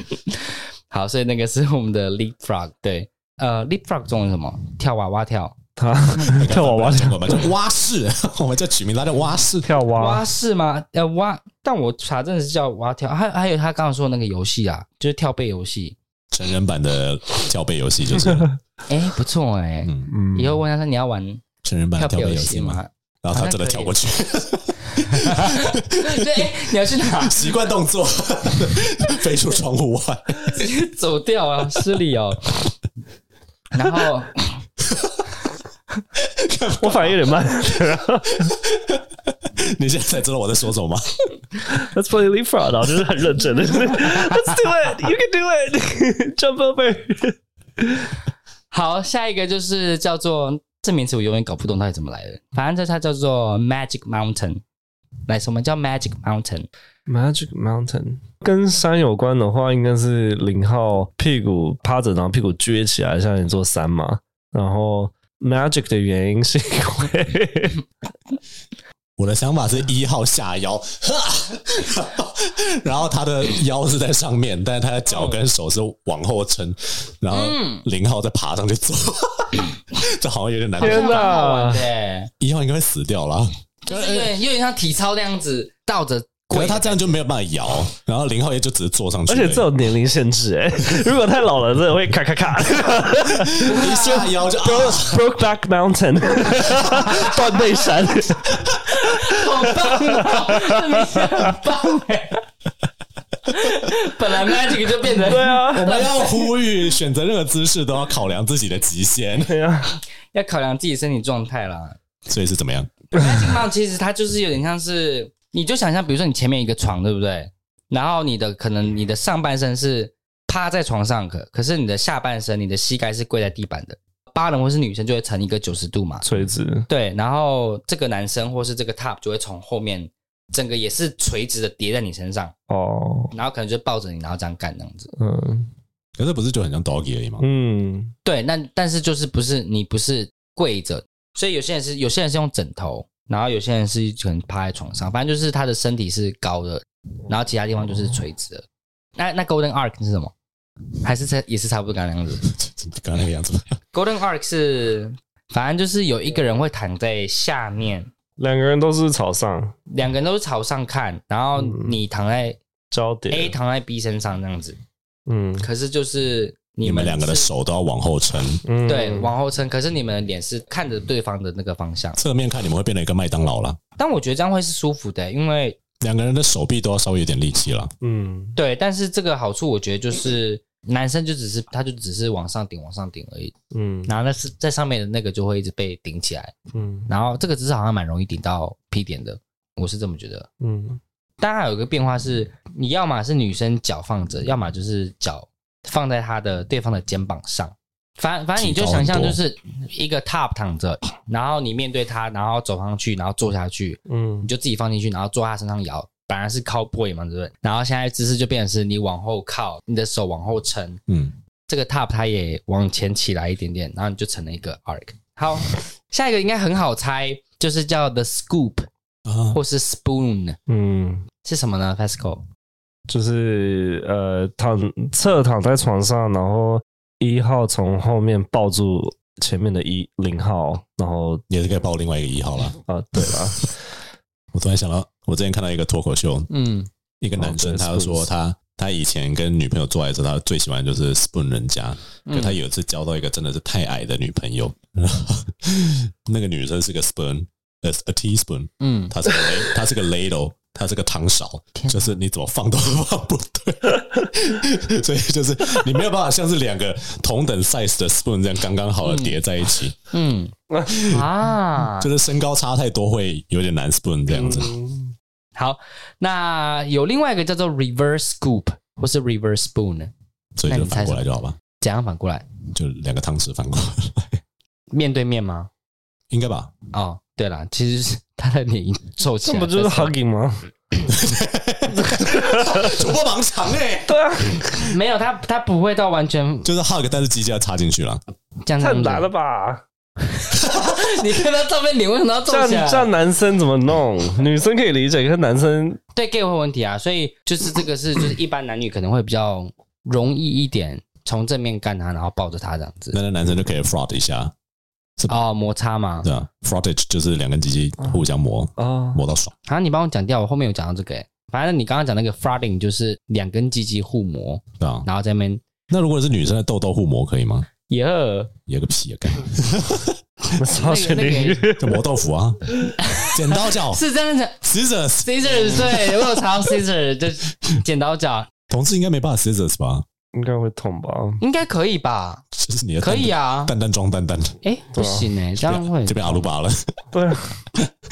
Speaker 1: [LAUGHS] 好，所以那个是我们的 leapfrog，对，呃，leapfrog 中文是什么？跳娃娃跳，
Speaker 3: 他跳娃娃
Speaker 2: 我们叫蛙式， [LAUGHS] 我们叫取名它叫蛙式。
Speaker 3: 跳啊
Speaker 1: 蛙
Speaker 3: 蛙，
Speaker 1: 式吗？呃，蛙，但我查证是叫蛙跳，还还有他刚刚说的那个游戏啊，就是跳背游戏，
Speaker 2: 成人版的跳背游戏 [LAUGHS] 就是了
Speaker 1: 哎、不错哎、
Speaker 2: 嗯
Speaker 3: 嗯
Speaker 1: 以后问他说你要玩
Speaker 2: 成人版的
Speaker 1: 啊跳
Speaker 2: 跳
Speaker 1: 背
Speaker 2: 背
Speaker 1: 游
Speaker 2: 游
Speaker 1: 戏
Speaker 2: 戏嘛，
Speaker 1: 吗？
Speaker 2: 然后他真的跳过去，
Speaker 1: [LAUGHS] 对，哎你要去哪？[LAUGHS]
Speaker 2: [LAUGHS] 习惯动作 [LAUGHS] 飞出窗户外。
Speaker 1: 走掉啊，失礼哦。然后
Speaker 3: 我反应有点慢。
Speaker 2: 你现在才知道我在说什么吗？
Speaker 3: [LAUGHS] Let's play leapfrog，然后就是很认 [LAUGHS] 真的。Let's do it, you can do it, [LAUGHS] jump over。
Speaker 1: 好，下一个就是叫做这名词，我永远搞不懂到底怎么来的。反正它叫做 Magic Mountain。来，什么叫 Magic Mountain？
Speaker 3: Magic Mountain 跟山有关的话，应该是零号屁股趴着，然后屁股撅起来，像一座山嘛。然后 Magic 的原因是因为 [LAUGHS]
Speaker 2: 我的想法是一号下腰， [LAUGHS] 哈，然后他的腰是在上面，但是他的脚跟手是往后撑，然后零号再爬上去走， [LAUGHS] 这好像有点难。
Speaker 3: 天
Speaker 1: 蛮好
Speaker 3: 哪
Speaker 1: 玩的！ [LAUGHS] 欸，
Speaker 2: 一号应该会死掉啦，
Speaker 1: 就是有点有点像体操那样子倒着
Speaker 2: 可
Speaker 1: 跪
Speaker 2: 是。他这样就没有办法摇，然后零号也就只是坐上去
Speaker 3: 而
Speaker 2: 而已，
Speaker 3: 且这有年龄限制 [LAUGHS] 哎、如果太老了，真的会咔咔咔。 [LAUGHS]
Speaker 2: 一下腰就啊
Speaker 3: Brokeback Mountain，断背山。
Speaker 1: 好棒哦！这名字很棒哎。 [LAUGHS] 本来 Magic 就变成
Speaker 3: 对啊，
Speaker 2: 我们要呼吁，选择任何姿势都要考量自己的极限，
Speaker 3: 对啊，
Speaker 1: 要考量自己身体状态啦。
Speaker 2: 所以是怎么样？
Speaker 1: 金棒其实它就是有点像是，你就想象，比如说你前面一个床，对不对？然后你的可能你的上半身是趴在床上可，可是你的下半身，你的膝盖是跪在地板的。八人或是女生就会成一个九十度嘛，
Speaker 3: 垂直。
Speaker 1: 对。然后这个男生或是这个 top 就会从后面整个也是垂直的叠在你身上，
Speaker 3: 哦，
Speaker 1: 然后可能就抱着你，然后这样干这样子。
Speaker 3: 嗯
Speaker 2: 可是不是就很像 doggy 而已吗？
Speaker 3: 嗯，
Speaker 1: 对，那但是就是不是你不是跪着，所以有些人是有些人是用枕头，然后有些人是可能趴在床上，反正就是他的身体是高的，然后其他地方就是垂直的。那那 Golden Arc 是什么？还是这也是差不多刚刚那样子
Speaker 2: 刚刚那个样子吗？
Speaker 1: ？Golden Arc 是反正就是有一个人会躺在下面，
Speaker 3: 两个人都是朝上
Speaker 1: 两个人都是朝上看，然后
Speaker 2: 嗯
Speaker 1: 你躺在
Speaker 3: 焦
Speaker 1: A
Speaker 3: 点。
Speaker 1: 躺在 B 身上这样子，
Speaker 3: 嗯
Speaker 1: 可是就是你
Speaker 2: 你们
Speaker 1: 们
Speaker 2: 两个的
Speaker 1: 是
Speaker 2: 手都要往后撑，
Speaker 3: 嗯，
Speaker 1: 对往后撑，可是你们的脸是看着对方的那个方向。
Speaker 2: 侧面看你们会变得一个麦当劳啦。
Speaker 1: 但我觉得这样会是舒服的、欸因为
Speaker 2: 两个人的手臂都要稍微有点力气了。
Speaker 3: 嗯
Speaker 1: 对，但是这个好处我觉得就是男生就只是他就只是往上顶往上顶而已，
Speaker 3: 嗯
Speaker 1: 然后那是在上面的那个就会一直被顶起来，
Speaker 3: 嗯
Speaker 1: 然后这个姿势好像蛮容易顶到 P 点的，我是这么觉得。
Speaker 3: 嗯
Speaker 1: 当然还有一个变化是，你要么是女生脚放着，要么就是脚放在她的对方的肩膀上。反反正你就想象就是一个 top 躺着，然后你面对他，然后走上去，然后坐下去，你
Speaker 3: 嗯，
Speaker 1: 就自己放进去，然后坐他身上摇，本来是靠 boy 嘛，对不对？然后现在姿势就变成是你往后靠，你的手往后撑，
Speaker 2: 嗯，
Speaker 1: 这个 top 它也往前起来一点点，然后你就成了一个 arc。好， [LAUGHS] 下一个应该很好猜，就是叫 the scoop
Speaker 2: 啊，
Speaker 1: 或是 spoon
Speaker 3: 嗯，
Speaker 1: 是什么呢？Fasco
Speaker 3: 就是呃躺侧躺在床上，然后一号从后面抱住前面的一零号，然后
Speaker 2: 也是可以报另外一个一号啦。
Speaker 3: 啊、对了，
Speaker 2: 我突然想到，我之前看到一个脱口秀，
Speaker 1: 嗯，
Speaker 2: 一个男生
Speaker 3: 哦对
Speaker 2: 他就说
Speaker 3: spoons
Speaker 2: 他他以前跟女朋友做爱的时候，他最喜欢就是 spoon 人家。可他有一次交到一个真的是太矮的女朋友， [LAUGHS] 然后那个女生是个 spoon，呃，a teaspoon，
Speaker 1: 嗯，
Speaker 2: 她是 [LAUGHS] 个 lad- 她是个 ladle，她是个汤勺，就是你怎么放都放不对， [LAUGHS] 所以就是你没有办法像是两个同等 size 的 spoon 这样刚刚好的叠在一起，
Speaker 1: 嗯啊，
Speaker 2: 就是身高差太多会有点难 spoon [LAUGHS] 这样子。
Speaker 3: 嗯
Speaker 1: 好，那有另外一个叫做 reverse scoop 或是 reverse spoon，
Speaker 2: 所以
Speaker 1: 那
Speaker 2: 就
Speaker 1: 你猜
Speaker 2: 反过
Speaker 1: 什
Speaker 2: 来
Speaker 1: 么
Speaker 2: 就好吧，
Speaker 1: 怎样反过来？
Speaker 2: 就两个汤匙反过来， [LAUGHS]
Speaker 1: 面对面吗？
Speaker 2: 应该吧？
Speaker 1: 哦，对了，其实是他的脸皱起
Speaker 3: 这
Speaker 1: 来，
Speaker 3: 不就是
Speaker 1: 但
Speaker 3: hugging 吗？
Speaker 2: [LAUGHS] 主播盲肠哎、
Speaker 3: 对啊，
Speaker 1: 没有他，他不会到完全
Speaker 2: 就是 hug，但是鸡架插进去了，
Speaker 1: 这样子
Speaker 3: 太难了。吧？
Speaker 1: 你看他照片脸为什么要皱
Speaker 3: 这样
Speaker 1: 起来？
Speaker 3: 这样男生怎么弄？女生可以理解，可是男生
Speaker 1: 对 gay 会有问题啊，所以就是这个是就是一般男女可能会比较容易一点，从正面干他，然后抱着他这样子
Speaker 2: 那那男生就可以 fraud 一下，
Speaker 1: 哦，摩擦嘛
Speaker 2: 对。吧？fraudage 就是两根鸡鸡互相磨，
Speaker 1: 嗯
Speaker 3: 啊，
Speaker 2: 磨到爽。
Speaker 1: 啊，你帮我讲掉，我后面有讲到这个、欸。反正你刚刚讲那个 frauding 就是两根鸡鸡互磨，
Speaker 2: 对啊，
Speaker 1: 然后在那边
Speaker 2: 那如果是女生的痘痘互磨可以吗？
Speaker 1: 耶
Speaker 2: 也个屁啊，
Speaker 1: [LAUGHS]
Speaker 2: 干
Speaker 3: 超选领
Speaker 1: 那
Speaker 3: 域，
Speaker 2: 就磨豆腐啊，剪
Speaker 1: [LAUGHS]
Speaker 2: 刀脚
Speaker 1: 是这样讲
Speaker 2: scissors，
Speaker 1: scissors 对，我有查到 scissors 就是剪刀脚，
Speaker 2: 同志应该没办法 scissors 吧？
Speaker 3: 应该会痛吧？
Speaker 1: 应该可以吧？
Speaker 2: 就是你的
Speaker 1: 可以
Speaker 2: 啊，
Speaker 1: 啊，
Speaker 2: 蛋蛋装蛋蛋，
Speaker 1: 哎、不行
Speaker 2: 啊
Speaker 1: 哎、欸，这样会
Speaker 2: 就变阿鲁巴了，
Speaker 3: 对
Speaker 1: [LAUGHS]
Speaker 3: 啊，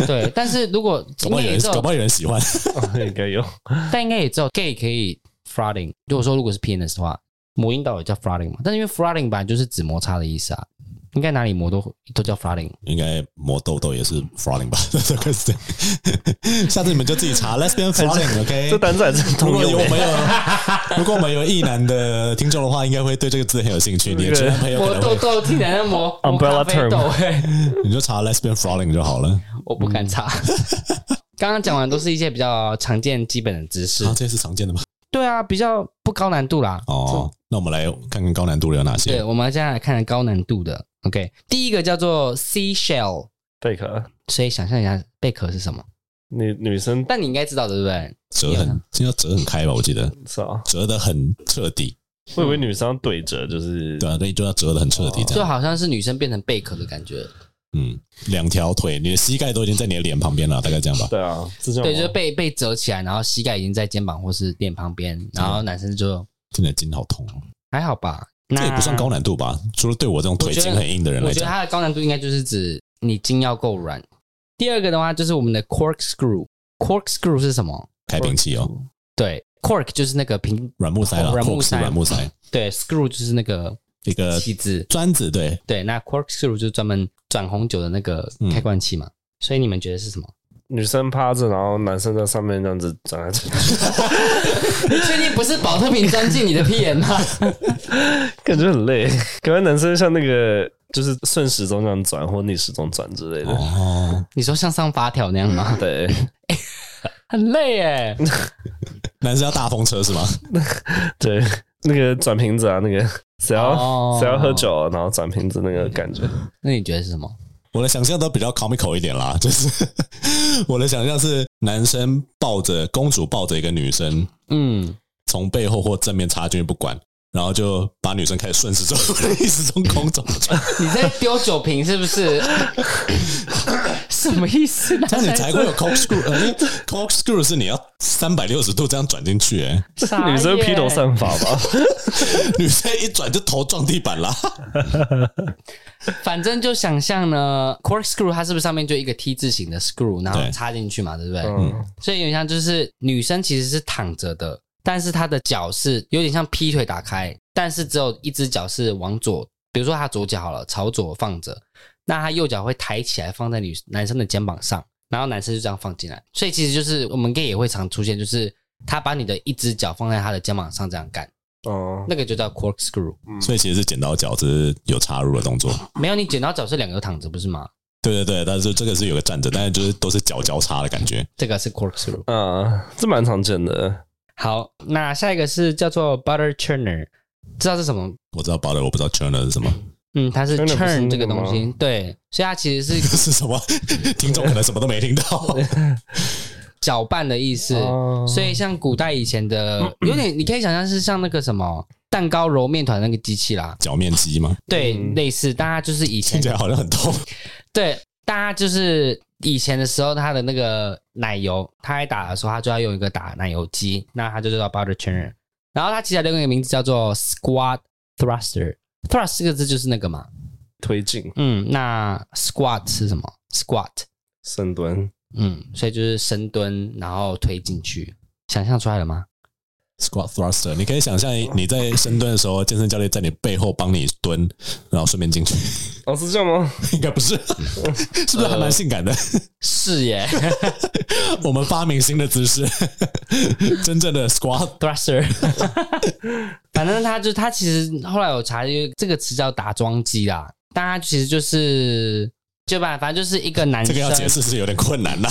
Speaker 1: 对，但是如果
Speaker 2: 搞不好
Speaker 1: 因为
Speaker 2: 有
Speaker 1: 也
Speaker 2: 人
Speaker 1: 只有
Speaker 2: 搞不好有人喜欢，
Speaker 3: 哦应该有。
Speaker 1: 但应该也只有 gay 可以 frauding。如果说如果是 penis 的话，母婴岛也叫 frauding 嘛，但是因为 frauding 本来就是指摩擦的意思啊，应该哪里磨都都叫 frauding。
Speaker 2: 应该磨豆豆也是 frauding 吧？ [LAUGHS] 这个是下次你们就自己查 lesbian frauding，OK？
Speaker 3: 这单子还真
Speaker 2: 如
Speaker 3: 通
Speaker 2: 果有
Speaker 3: 用
Speaker 2: 我
Speaker 1: [LAUGHS]
Speaker 3: 欸。
Speaker 2: 们有，如果我们有异男的听众的话，应该会对这个字很有兴趣。你的圈朋友可
Speaker 1: 磨
Speaker 2: 能
Speaker 1: 豆
Speaker 2: 会，
Speaker 1: 豆竟然在
Speaker 2: [LAUGHS]
Speaker 1: 磨磨咖
Speaker 3: Umbrella
Speaker 1: 啡豆、欸，
Speaker 2: 你就查 lesbian frauding 就好了。
Speaker 1: 我不敢查。
Speaker 2: 嗯
Speaker 1: [LAUGHS] 刚刚讲完都是一些比较常见基本的知识
Speaker 2: 啊，，这是常见的吗？
Speaker 1: 对啊，比较不高难度啦。
Speaker 2: 哦，那我们来看看高难度的有哪
Speaker 1: 对，
Speaker 2: 些。
Speaker 1: 我们接下来看高难度的。OK，第一个叫做 seashell，
Speaker 3: 贝壳，
Speaker 1: 所以想象一下贝壳是什么？
Speaker 3: 女女生
Speaker 1: 但你应该知道的，对不对？
Speaker 2: 折很，这叫折很开吧？我记得
Speaker 3: 是啊，
Speaker 2: 折得很彻底，
Speaker 3: 我以为女生要对折就是
Speaker 2: 对啊，那就要折得很彻底这
Speaker 1: 就
Speaker 2: 样。
Speaker 1: 好像是女啊生变成贝壳的感觉。
Speaker 2: 嗯，两条腿，你的膝盖都已经在你的脸旁边了，大概这样吧。
Speaker 3: 对啊，是这样吗。
Speaker 1: 对，就是被被折起来，然后膝盖已经在肩膀或是脸旁边，然后男生就
Speaker 2: 真的筋好痛哦，
Speaker 1: 还好吧。
Speaker 2: 这
Speaker 1: 那
Speaker 2: 也不算高难度吧？除了对我这种腿筋很硬的人
Speaker 1: 我
Speaker 2: 来
Speaker 1: 觉得
Speaker 2: 讲，
Speaker 1: 它的高难度应该就是指你筋要够软。第二个的话就是我们的 corkscrew。corkscrew 是什么？
Speaker 2: 开瓶器哦，
Speaker 1: 对，cork 就是那个瓶，
Speaker 2: 软木塞啦，
Speaker 1: 哦软木
Speaker 2: cork 是
Speaker 1: 塞
Speaker 2: 软木塞，
Speaker 1: 对，screw 就是那个
Speaker 2: 一个
Speaker 1: 器子。
Speaker 2: 砖子，对，
Speaker 1: 对，那 corkscrew 就是专门转红酒的那个
Speaker 2: 嗯
Speaker 1: 开罐器嘛。所以你们觉得是什么？
Speaker 3: 女生趴着，然后男生在上面这样子转来
Speaker 1: [LAUGHS]
Speaker 3: 转去，
Speaker 1: 你确定不是保特瓶钻进你的屁眼吗？ [LAUGHS]
Speaker 3: 感觉很累。感觉男生像那个就是顺时钟这样转或逆时钟转之类的。
Speaker 2: 哦，
Speaker 1: 你说像上发条那样
Speaker 2: [LAUGHS]
Speaker 1: 吗？
Speaker 3: 对，
Speaker 1: 很累哎。
Speaker 2: 男生要大风车是吗？ [LAUGHS]
Speaker 3: 对，那个转瓶子啊，那个谁要、
Speaker 1: 哦
Speaker 3: 谁要喝酒，然后转瓶子那个感觉，
Speaker 1: 那你觉得是什么？
Speaker 2: 我的想象都比较 comical 一点啦，就是 [LAUGHS] 我的想象是男生抱着公主抱着一个女生，
Speaker 1: 嗯，
Speaker 2: 从背后或正面插进去不管，然后就把女生开始顺时钟、逆时钟、空中
Speaker 1: [LAUGHS]
Speaker 2: 转，
Speaker 1: 你在丢酒瓶是不是？什么意思呢？
Speaker 2: 这样你才会有 corkscrew，呃因为 corkscrew 是你要三百六十度这样转进
Speaker 1: [LAUGHS]
Speaker 2: 去、欸，
Speaker 1: 傻眼
Speaker 3: [LAUGHS] 女生披头散发
Speaker 1: [LAUGHS]
Speaker 3: 吧，
Speaker 2: 女生一转就头撞地板啦。
Speaker 1: 反正就想象呢，corkscrew 它是不是上面就一个 T 字形的 screw，然后
Speaker 2: 对
Speaker 1: 插进去嘛，对不对？
Speaker 3: 嗯，
Speaker 1: 所以有点像就是女生其实是躺着的，但是她的脚是有点像劈腿打开，但是只有一只脚是往左，比如说她左脚好了，朝左放着，那她右脚会抬起来放在女男生的肩膀上，然后男生就这样放进来。所以其实就是我们 gay 也会常出现，就是他把你的一只脚放在他的肩膀上这样干，
Speaker 3: 哦、
Speaker 1: 那个就叫 corkscrew。
Speaker 2: 所以其实是剪刀脚，只是有插入的动作。
Speaker 1: 没有，你剪刀脚是两个躺着不是吗？
Speaker 2: 对对对，但是这个是有个站着，但是就是都是脚交叉的感觉。
Speaker 1: 这个是 corkscrew。
Speaker 3: 啊，这蛮常见的，
Speaker 1: 好，那下一个是叫做 butter churner，知道是什么
Speaker 2: 我知道 butter，我不知道 churner 是什么，
Speaker 1: 嗯，它是
Speaker 3: 真的不是
Speaker 1: churn 这
Speaker 3: 那
Speaker 1: 个
Speaker 3: 个
Speaker 1: 东
Speaker 3: 吗
Speaker 1: 西，对，所以它其实是
Speaker 2: 是 [LAUGHS] 什么？听众可能什么都没听到。
Speaker 1: 搅拌的意思。
Speaker 3: 哦
Speaker 1: 所以像古代以前的，有点你可以想象是像那个什么蛋糕揉面团那个机器啦，
Speaker 2: 脚面肌吗？
Speaker 1: 对，
Speaker 3: 嗯
Speaker 1: 类似，大家就是以前
Speaker 2: 听起来好像很痛。
Speaker 1: 对，大家就是以前的时候，它的那个奶油，它在打的时候，它就要用一个打奶油机，那它就叫 butter churner。然后它其实还另外一个名字叫做 squat thruster，thrust 这个字就是那个嘛，
Speaker 3: 推进
Speaker 1: 嗯，那 squat 是什么？squat
Speaker 3: 深蹲，
Speaker 1: 嗯，所以就是深蹲，然后推进去，想象出来了吗？
Speaker 2: squat thruster，你可以想象你在深蹲的时候，健身教练在你背后帮你蹲，然后顺便 [LAUGHS] 进去，
Speaker 3: 哦，是这样吗？
Speaker 2: 应该不是，是不是还蛮性感的？
Speaker 1: 是耶
Speaker 2: 我们发明新的姿 [LAUGHS] 势，真正的 squat，
Speaker 1: [LAUGHS] ，thruster。反正他就他其实后来我查，因为这个词叫打桩机啦，但他其实就是就吧，反正就是一个男
Speaker 2: 这
Speaker 1: 生。
Speaker 2: 个要解释是有点困难 [LAUGHS] 呐、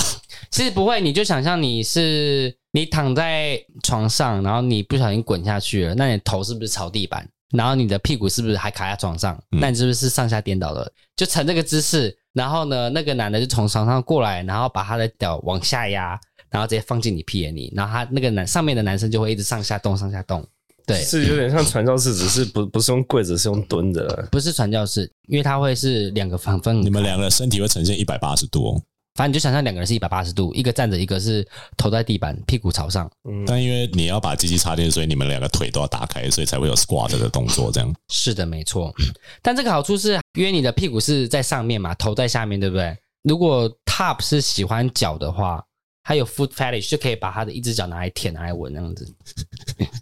Speaker 1: 其实不会，你就想象你是你躺在床上，然后你不小心滚下去了，那你头是不是朝地板？然后你的屁股是不是还卡在床上？
Speaker 2: 嗯
Speaker 1: 那你是不是上下颠倒了？就成这个姿势，然后呢，那个男的就从床上过来，然后把他的脚往下压，然后直接放进你屁眼里，然后他那个男上面的男生就会一直上下动，上下动。对，
Speaker 3: 是有点像传教士，只是不不是用跪着，是用蹲着的。
Speaker 1: 不是传教士，因为他会是两个反分
Speaker 2: 你，们两个身体会呈现一百八十度、哦，
Speaker 1: 反正你就想象两个人是一百八十度，一个站着，一个是头在地板，屁股朝上。
Speaker 3: 嗯，
Speaker 2: 但因为你要把机器插进去，所以你们两个腿都要打开，所以才会有 squat 的动作。这样， [LAUGHS]
Speaker 1: 是的，没错。 [CLEARS THROAT] 但这个好处是，因为你的屁股是在上面嘛，头在下面，对不对？如果 top 是喜欢脚的话，还有 foot fetish 就可以把他的一只脚拿来舔、拿来闻那样子。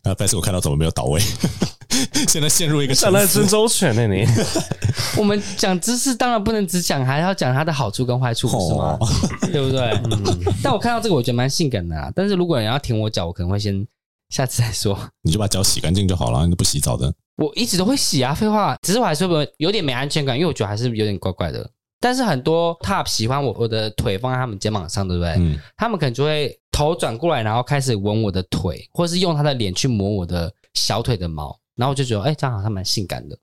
Speaker 2: 啊，但是我看到怎么没有倒位， [LAUGHS] 现在陷入一个
Speaker 3: 上
Speaker 2: 沉
Speaker 3: 来
Speaker 2: 思
Speaker 3: 真。周全呢、你
Speaker 1: 我们讲知识当然不能只讲，还要讲它的好处跟坏处，不是吗
Speaker 2: 哦？，
Speaker 1: [LAUGHS] 对不对？但我看到这个，我觉得蛮性感的啊。但是如果你要舔我脚，我可能会先下次再说。
Speaker 2: 你就把脚洗干净就好了，你都不洗澡的。
Speaker 1: 我一直都会洗啊，废话，只是我还是会有点没安全感，因为我觉得还是有点怪怪的。但是很多 top 喜欢我我的腿放在他们肩膀上，对不对？
Speaker 2: 嗯，
Speaker 1: 他们可能就会头转过来，然后开始闻我的腿，或是用他的脸去摸我的小腿的毛，然后我就觉得，哎、这样好像蛮性感的。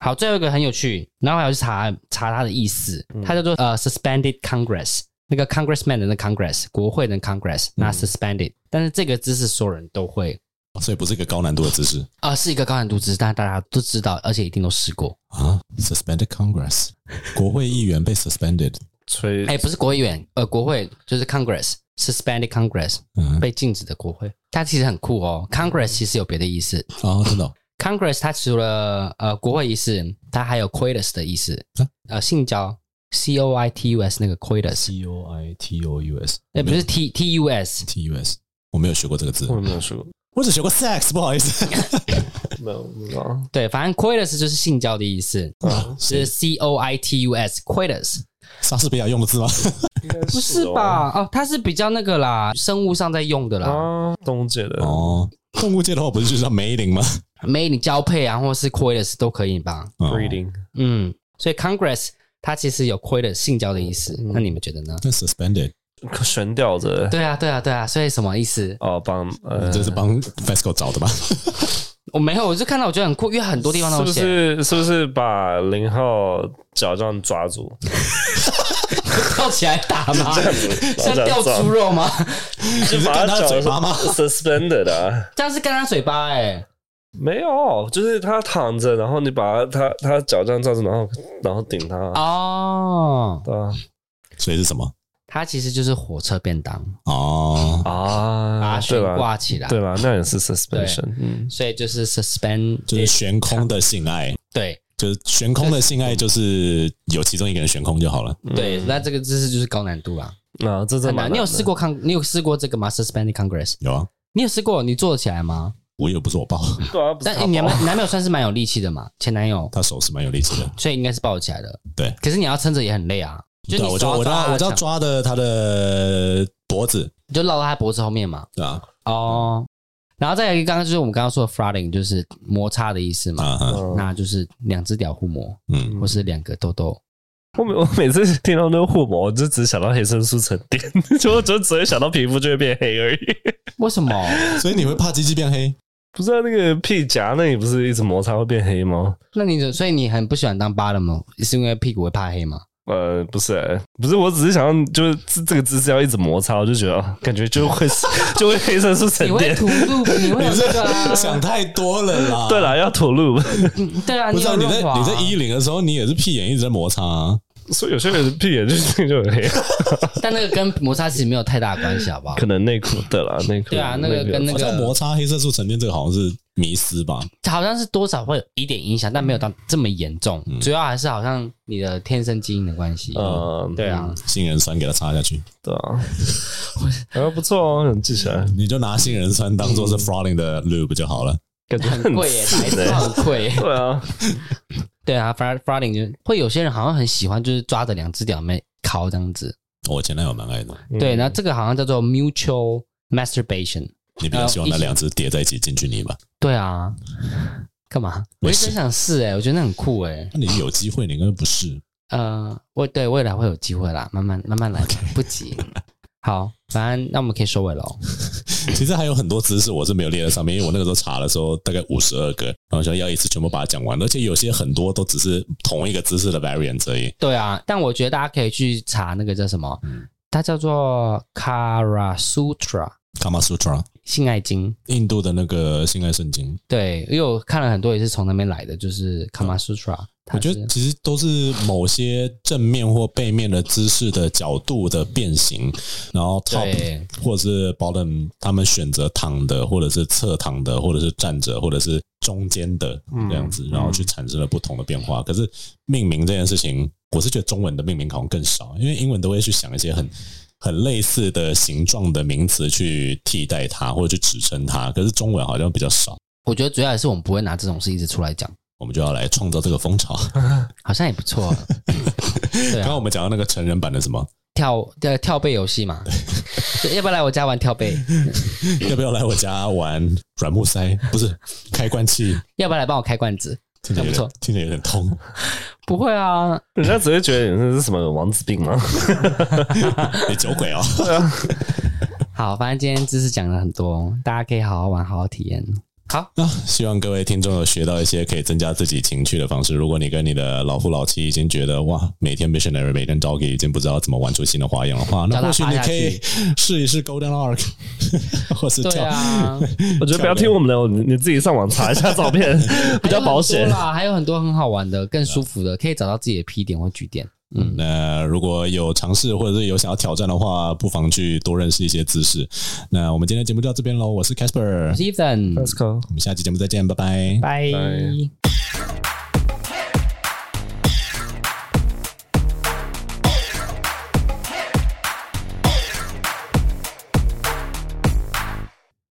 Speaker 1: 好，最后一个很有趣，然后还要去查查它的意思，它叫做呃 suspended Congress，那个 Congressman 的那 Congress，国会的 Congress，那 suspended，、但是这个姿势所有人都会，
Speaker 2: 所以不是一个高难度的姿势
Speaker 1: 啊、是一个高难度姿势，但大家都知道，而且一定都试过。
Speaker 2: 啊。Suspended Congress，国会议员被 suspended，
Speaker 3: 吹
Speaker 1: 哎、不是国会议员，呃，国会就是 Congress，suspended Congress，
Speaker 2: 嗯，
Speaker 1: 被禁止的国会，它其实很酷哦。Congress 其实有别的意思，
Speaker 2: 哦，真的哦、
Speaker 1: Congress 它除了呃国会仪式，它还有 coitus 的意思
Speaker 2: 啊，
Speaker 1: 呃性交 C O I T U S 那个 coitus，
Speaker 2: T O I T O U S，哎
Speaker 1: 那不是 T T U S，
Speaker 2: T U S，我没有学过这个字
Speaker 3: 我，也没有说，
Speaker 2: 我只学过 sex，不好意思。
Speaker 3: 没有不知道。
Speaker 1: 对，反正 coitus 就是性交的意思，是
Speaker 2: 嗯是
Speaker 1: C O I T U S coitus，
Speaker 2: 啊莎士比亚用的字吗？
Speaker 1: 不是吧？哦，它是比较那个啦，生物上在用的啦，
Speaker 3: 啊，东姐的
Speaker 2: 哦，动物界的话不是就叫梅林吗？
Speaker 1: 美女交配啊，或是 coitus 都可以吧？
Speaker 2: 哦
Speaker 3: breeding
Speaker 1: 嗯，所以 Congress 它其实有 coitus 性交的意思，那你们觉得呢？
Speaker 2: 那 suspended，
Speaker 3: 悬吊着，
Speaker 1: 对啊，对啊，对啊，所以什么意思？
Speaker 3: 哦，帮呃，
Speaker 2: 这是帮 FESCO 找的吧？
Speaker 1: 我没有，我就看到我觉得很酷，因为很多地方都
Speaker 3: 是
Speaker 1: 有
Speaker 3: 不
Speaker 1: [LAUGHS] 写。
Speaker 3: 是是不是把零号脚这样
Speaker 1: [LAUGHS]
Speaker 3: 抓住，
Speaker 1: 吊起来打吗？像
Speaker 3: 然后这
Speaker 1: 吊
Speaker 3: 样撞
Speaker 1: 猪肉吗？
Speaker 3: 就是把
Speaker 2: 看他的
Speaker 3: 脚
Speaker 2: 嘴巴吗
Speaker 3: [LAUGHS] suspended 的啊、
Speaker 1: 这样是干他嘴巴哎、
Speaker 3: 没有，就是他躺着，然后你把他他他脚这样罩住，然后然后顶他，
Speaker 2: 啊
Speaker 1: 啊哦，
Speaker 3: 对啊
Speaker 2: 所以是什么？
Speaker 1: 它其实就是火车便当，
Speaker 2: 哦，
Speaker 1: 把它
Speaker 3: 啊，对
Speaker 1: 悬
Speaker 3: 吧？
Speaker 1: 挂起来。
Speaker 3: 对吧？那也是 suspension，嗯，
Speaker 1: 所以就是 suspend，
Speaker 2: 就是悬空的性爱，
Speaker 1: 对
Speaker 2: 就是悬空的性爱，就是有其中一个人悬空就好了。
Speaker 1: 对，那这个姿势就是高难度啦，
Speaker 3: 那、这真的
Speaker 1: 很
Speaker 3: 蛮
Speaker 1: 难。
Speaker 3: 的
Speaker 1: 你有试？过抗？你有试过这个吗？Suspended Congress，
Speaker 2: 有啊，
Speaker 1: 你有试过？你做得起来吗？
Speaker 2: 我也不是我抱，
Speaker 3: 对啊，不是
Speaker 1: 但
Speaker 3: 他
Speaker 1: 你男
Speaker 3: 抱
Speaker 1: 朋男朋友算是蛮有力气的嘛，前男友，
Speaker 2: 他手是蛮有力气的。
Speaker 1: 所以应该是抱得起来的。
Speaker 2: 对，
Speaker 1: 可是你要撑着也很累啊，就
Speaker 2: 对啊，
Speaker 1: 你
Speaker 2: 我
Speaker 1: 手
Speaker 2: 就我就
Speaker 1: 抓
Speaker 2: 要我就要
Speaker 1: 墙
Speaker 2: 抓的他的脖子，
Speaker 1: 你就绕到他脖子后面嘛。
Speaker 2: 对啊，
Speaker 1: 哦，然后再有一个，刚刚就是我们刚刚说的 frotting，就是摩擦的意思嘛，
Speaker 2: 啊哈，
Speaker 3: 嗯
Speaker 1: 那就是两只屌互磨，
Speaker 2: 嗯，
Speaker 1: 或是两个豆豆。
Speaker 3: 我每我 [LAUGHS] 每次听到那个护膜，我就只想到黑色素沉淀， [LAUGHS] 就就只会想到皮肤就会变黑而已。 [LAUGHS]
Speaker 1: 为什 [LAUGHS] 么？
Speaker 2: 所以你会怕鸡鸡变黑？
Speaker 3: 不是、啊、那个屁夹那里不是一直摩擦会变黑吗？
Speaker 1: 那你所以你很不喜欢当 bottom 吗？是因为屁股会怕黑吗？
Speaker 3: 呃，不是、欸，不是，我只是想要就是这这个姿势要一直摩擦，我就觉得啊感觉就会 [LAUGHS] 就会黑色素沉
Speaker 1: [LAUGHS] 你会
Speaker 3: 淀。
Speaker 1: 吐露，你会有
Speaker 2: 你
Speaker 1: 这个
Speaker 2: 是
Speaker 1: 啊？
Speaker 2: [LAUGHS] 想太多了啦。
Speaker 3: 对了，要吐露， [LAUGHS]
Speaker 1: 嗯对啊，
Speaker 2: 不知道
Speaker 1: 有
Speaker 2: 你在
Speaker 1: 润滑啊
Speaker 2: 你在衣领的时候，你也是屁眼一直在摩擦、啊，
Speaker 3: 所以有些人屁眼就是就很黑，
Speaker 1: 但那个跟摩擦其实没有太大关系，好不好
Speaker 3: 可？能内裤对啦，内裤
Speaker 1: 对啊，那个跟那
Speaker 2: 好像
Speaker 1: 个
Speaker 2: 摩擦黑色素沉淀这个好像是迷思吧。
Speaker 1: 好像是多少会有一点影响，但没有到这么严重。主要还是好像你的天生基因的关系。
Speaker 3: 呃，
Speaker 1: 对啊，
Speaker 2: 杏仁酸给它插下去，
Speaker 3: 对啊，然后不错哦，能记起来，
Speaker 2: 你就拿杏仁酸当做
Speaker 1: 嗯
Speaker 2: 是 frowning 的 lube 就好了。
Speaker 3: 感觉
Speaker 1: 啊很贵耶，
Speaker 3: 刺
Speaker 1: 台
Speaker 3: 欸
Speaker 1: 上很贵耶。
Speaker 3: 对啊，
Speaker 1: 对啊 f r f r o d i n g 就会有些人好像很喜欢，就是抓着两只屌妹敲这样子。
Speaker 2: 我前男友蛮爱的，
Speaker 1: 对，
Speaker 3: 嗯
Speaker 1: 然后这个好像叫做 mutual masturbation。
Speaker 2: 你比较希望那两只叠在一起进去你吧？
Speaker 1: 对啊，干嘛？我一直很想试哎、我觉得那很酷哎、
Speaker 2: 那你有机会，你应该不
Speaker 1: [LAUGHS]
Speaker 2: 是。
Speaker 1: 呃，我对未来会有机会啦，慢慢慢慢来不急。 [LAUGHS] 好，反正那我们可以收尾喽。
Speaker 2: 其实还有很多知识我是没有列在上面，因为我那个时候查的时候大概五十二个，然后想要一次全部把它讲完，而且有些很多都只是同一个知识的 variant 而已。
Speaker 1: 对啊，但我觉得大家可以去查那个叫什么，它叫做 Kara Sutra
Speaker 2: 伽马 Sutra，
Speaker 1: 性爱经。
Speaker 2: 印度的那个性爱圣经，
Speaker 1: 对，因为我看了很多也是从那边来的，就是 Kama Sutra 它是。
Speaker 2: 我觉得其实都是某些正面或背面的知识的角度的变形，然后 top
Speaker 1: 对
Speaker 2: 或者是 bottom，他们选择躺的，或者是侧躺的，或者是站着，或者是中间的
Speaker 1: 嗯
Speaker 2: 这样子，然后去产生了不同的变化。可是命名这件事情，我是觉得中文的命名好像更少，因为英文都会去想一些很。很类似的形状的名词去替代它，或者去指称它，可是中文好像比较少，
Speaker 1: 我觉得主要也是我们不会拿这种事一直出来讲，
Speaker 2: 我们就要来创造这个
Speaker 1: [LAUGHS]
Speaker 2: 风潮。
Speaker 1: 啊好像也不错。啊对
Speaker 2: 刚刚
Speaker 1: 啊，
Speaker 2: 我们讲到那个成人版的什么，
Speaker 1: 跳呃跳背游戏
Speaker 3: [LAUGHS]
Speaker 1: 嘛，对要不要来我家玩跳背？
Speaker 2: 要不要来我家玩软木塞？不是开关器，
Speaker 1: 要不要来帮我开罐子？
Speaker 2: 听着有
Speaker 1: 不错
Speaker 2: 点听着有点痛。
Speaker 1: 不会啊，
Speaker 3: 人家只会觉得你这是什么王子病吗？
Speaker 2: 你酒鬼哦！
Speaker 1: 好，反正今天知识讲了很多，大家可以好好玩，好好体验。好，
Speaker 2: 啊，希望各位听众有学到一些可以增加自己情趣的方式。如果你跟你的老夫老妻已经觉得哇，每天 missionary 每天 doggy 已经不知道怎么玩出新的花样的话，那
Speaker 1: 叫他
Speaker 2: 或许你
Speaker 1: 趴下
Speaker 2: 可以
Speaker 1: 去
Speaker 2: 试一试 golden arc，或是
Speaker 1: 对
Speaker 2: 跳。
Speaker 1: 啊，
Speaker 3: 我觉得不要听我们的，你你自己上网查一下照片 [LAUGHS] 比较保
Speaker 1: 还有很多。
Speaker 3: 险
Speaker 1: 啦，还有很多很好玩的、更舒服的，可以找到自己的 P 点或据点。嗯，
Speaker 2: 那如果有尝试或者是有想要挑战的话，不妨去多认识一些姿势。那我们今天的节目就到这边喽，我是 Casper，
Speaker 1: 我是 Ethan，
Speaker 3: Let's go。
Speaker 2: 我们下期节目再见，拜拜。
Speaker 1: 拜。
Speaker 3: 拜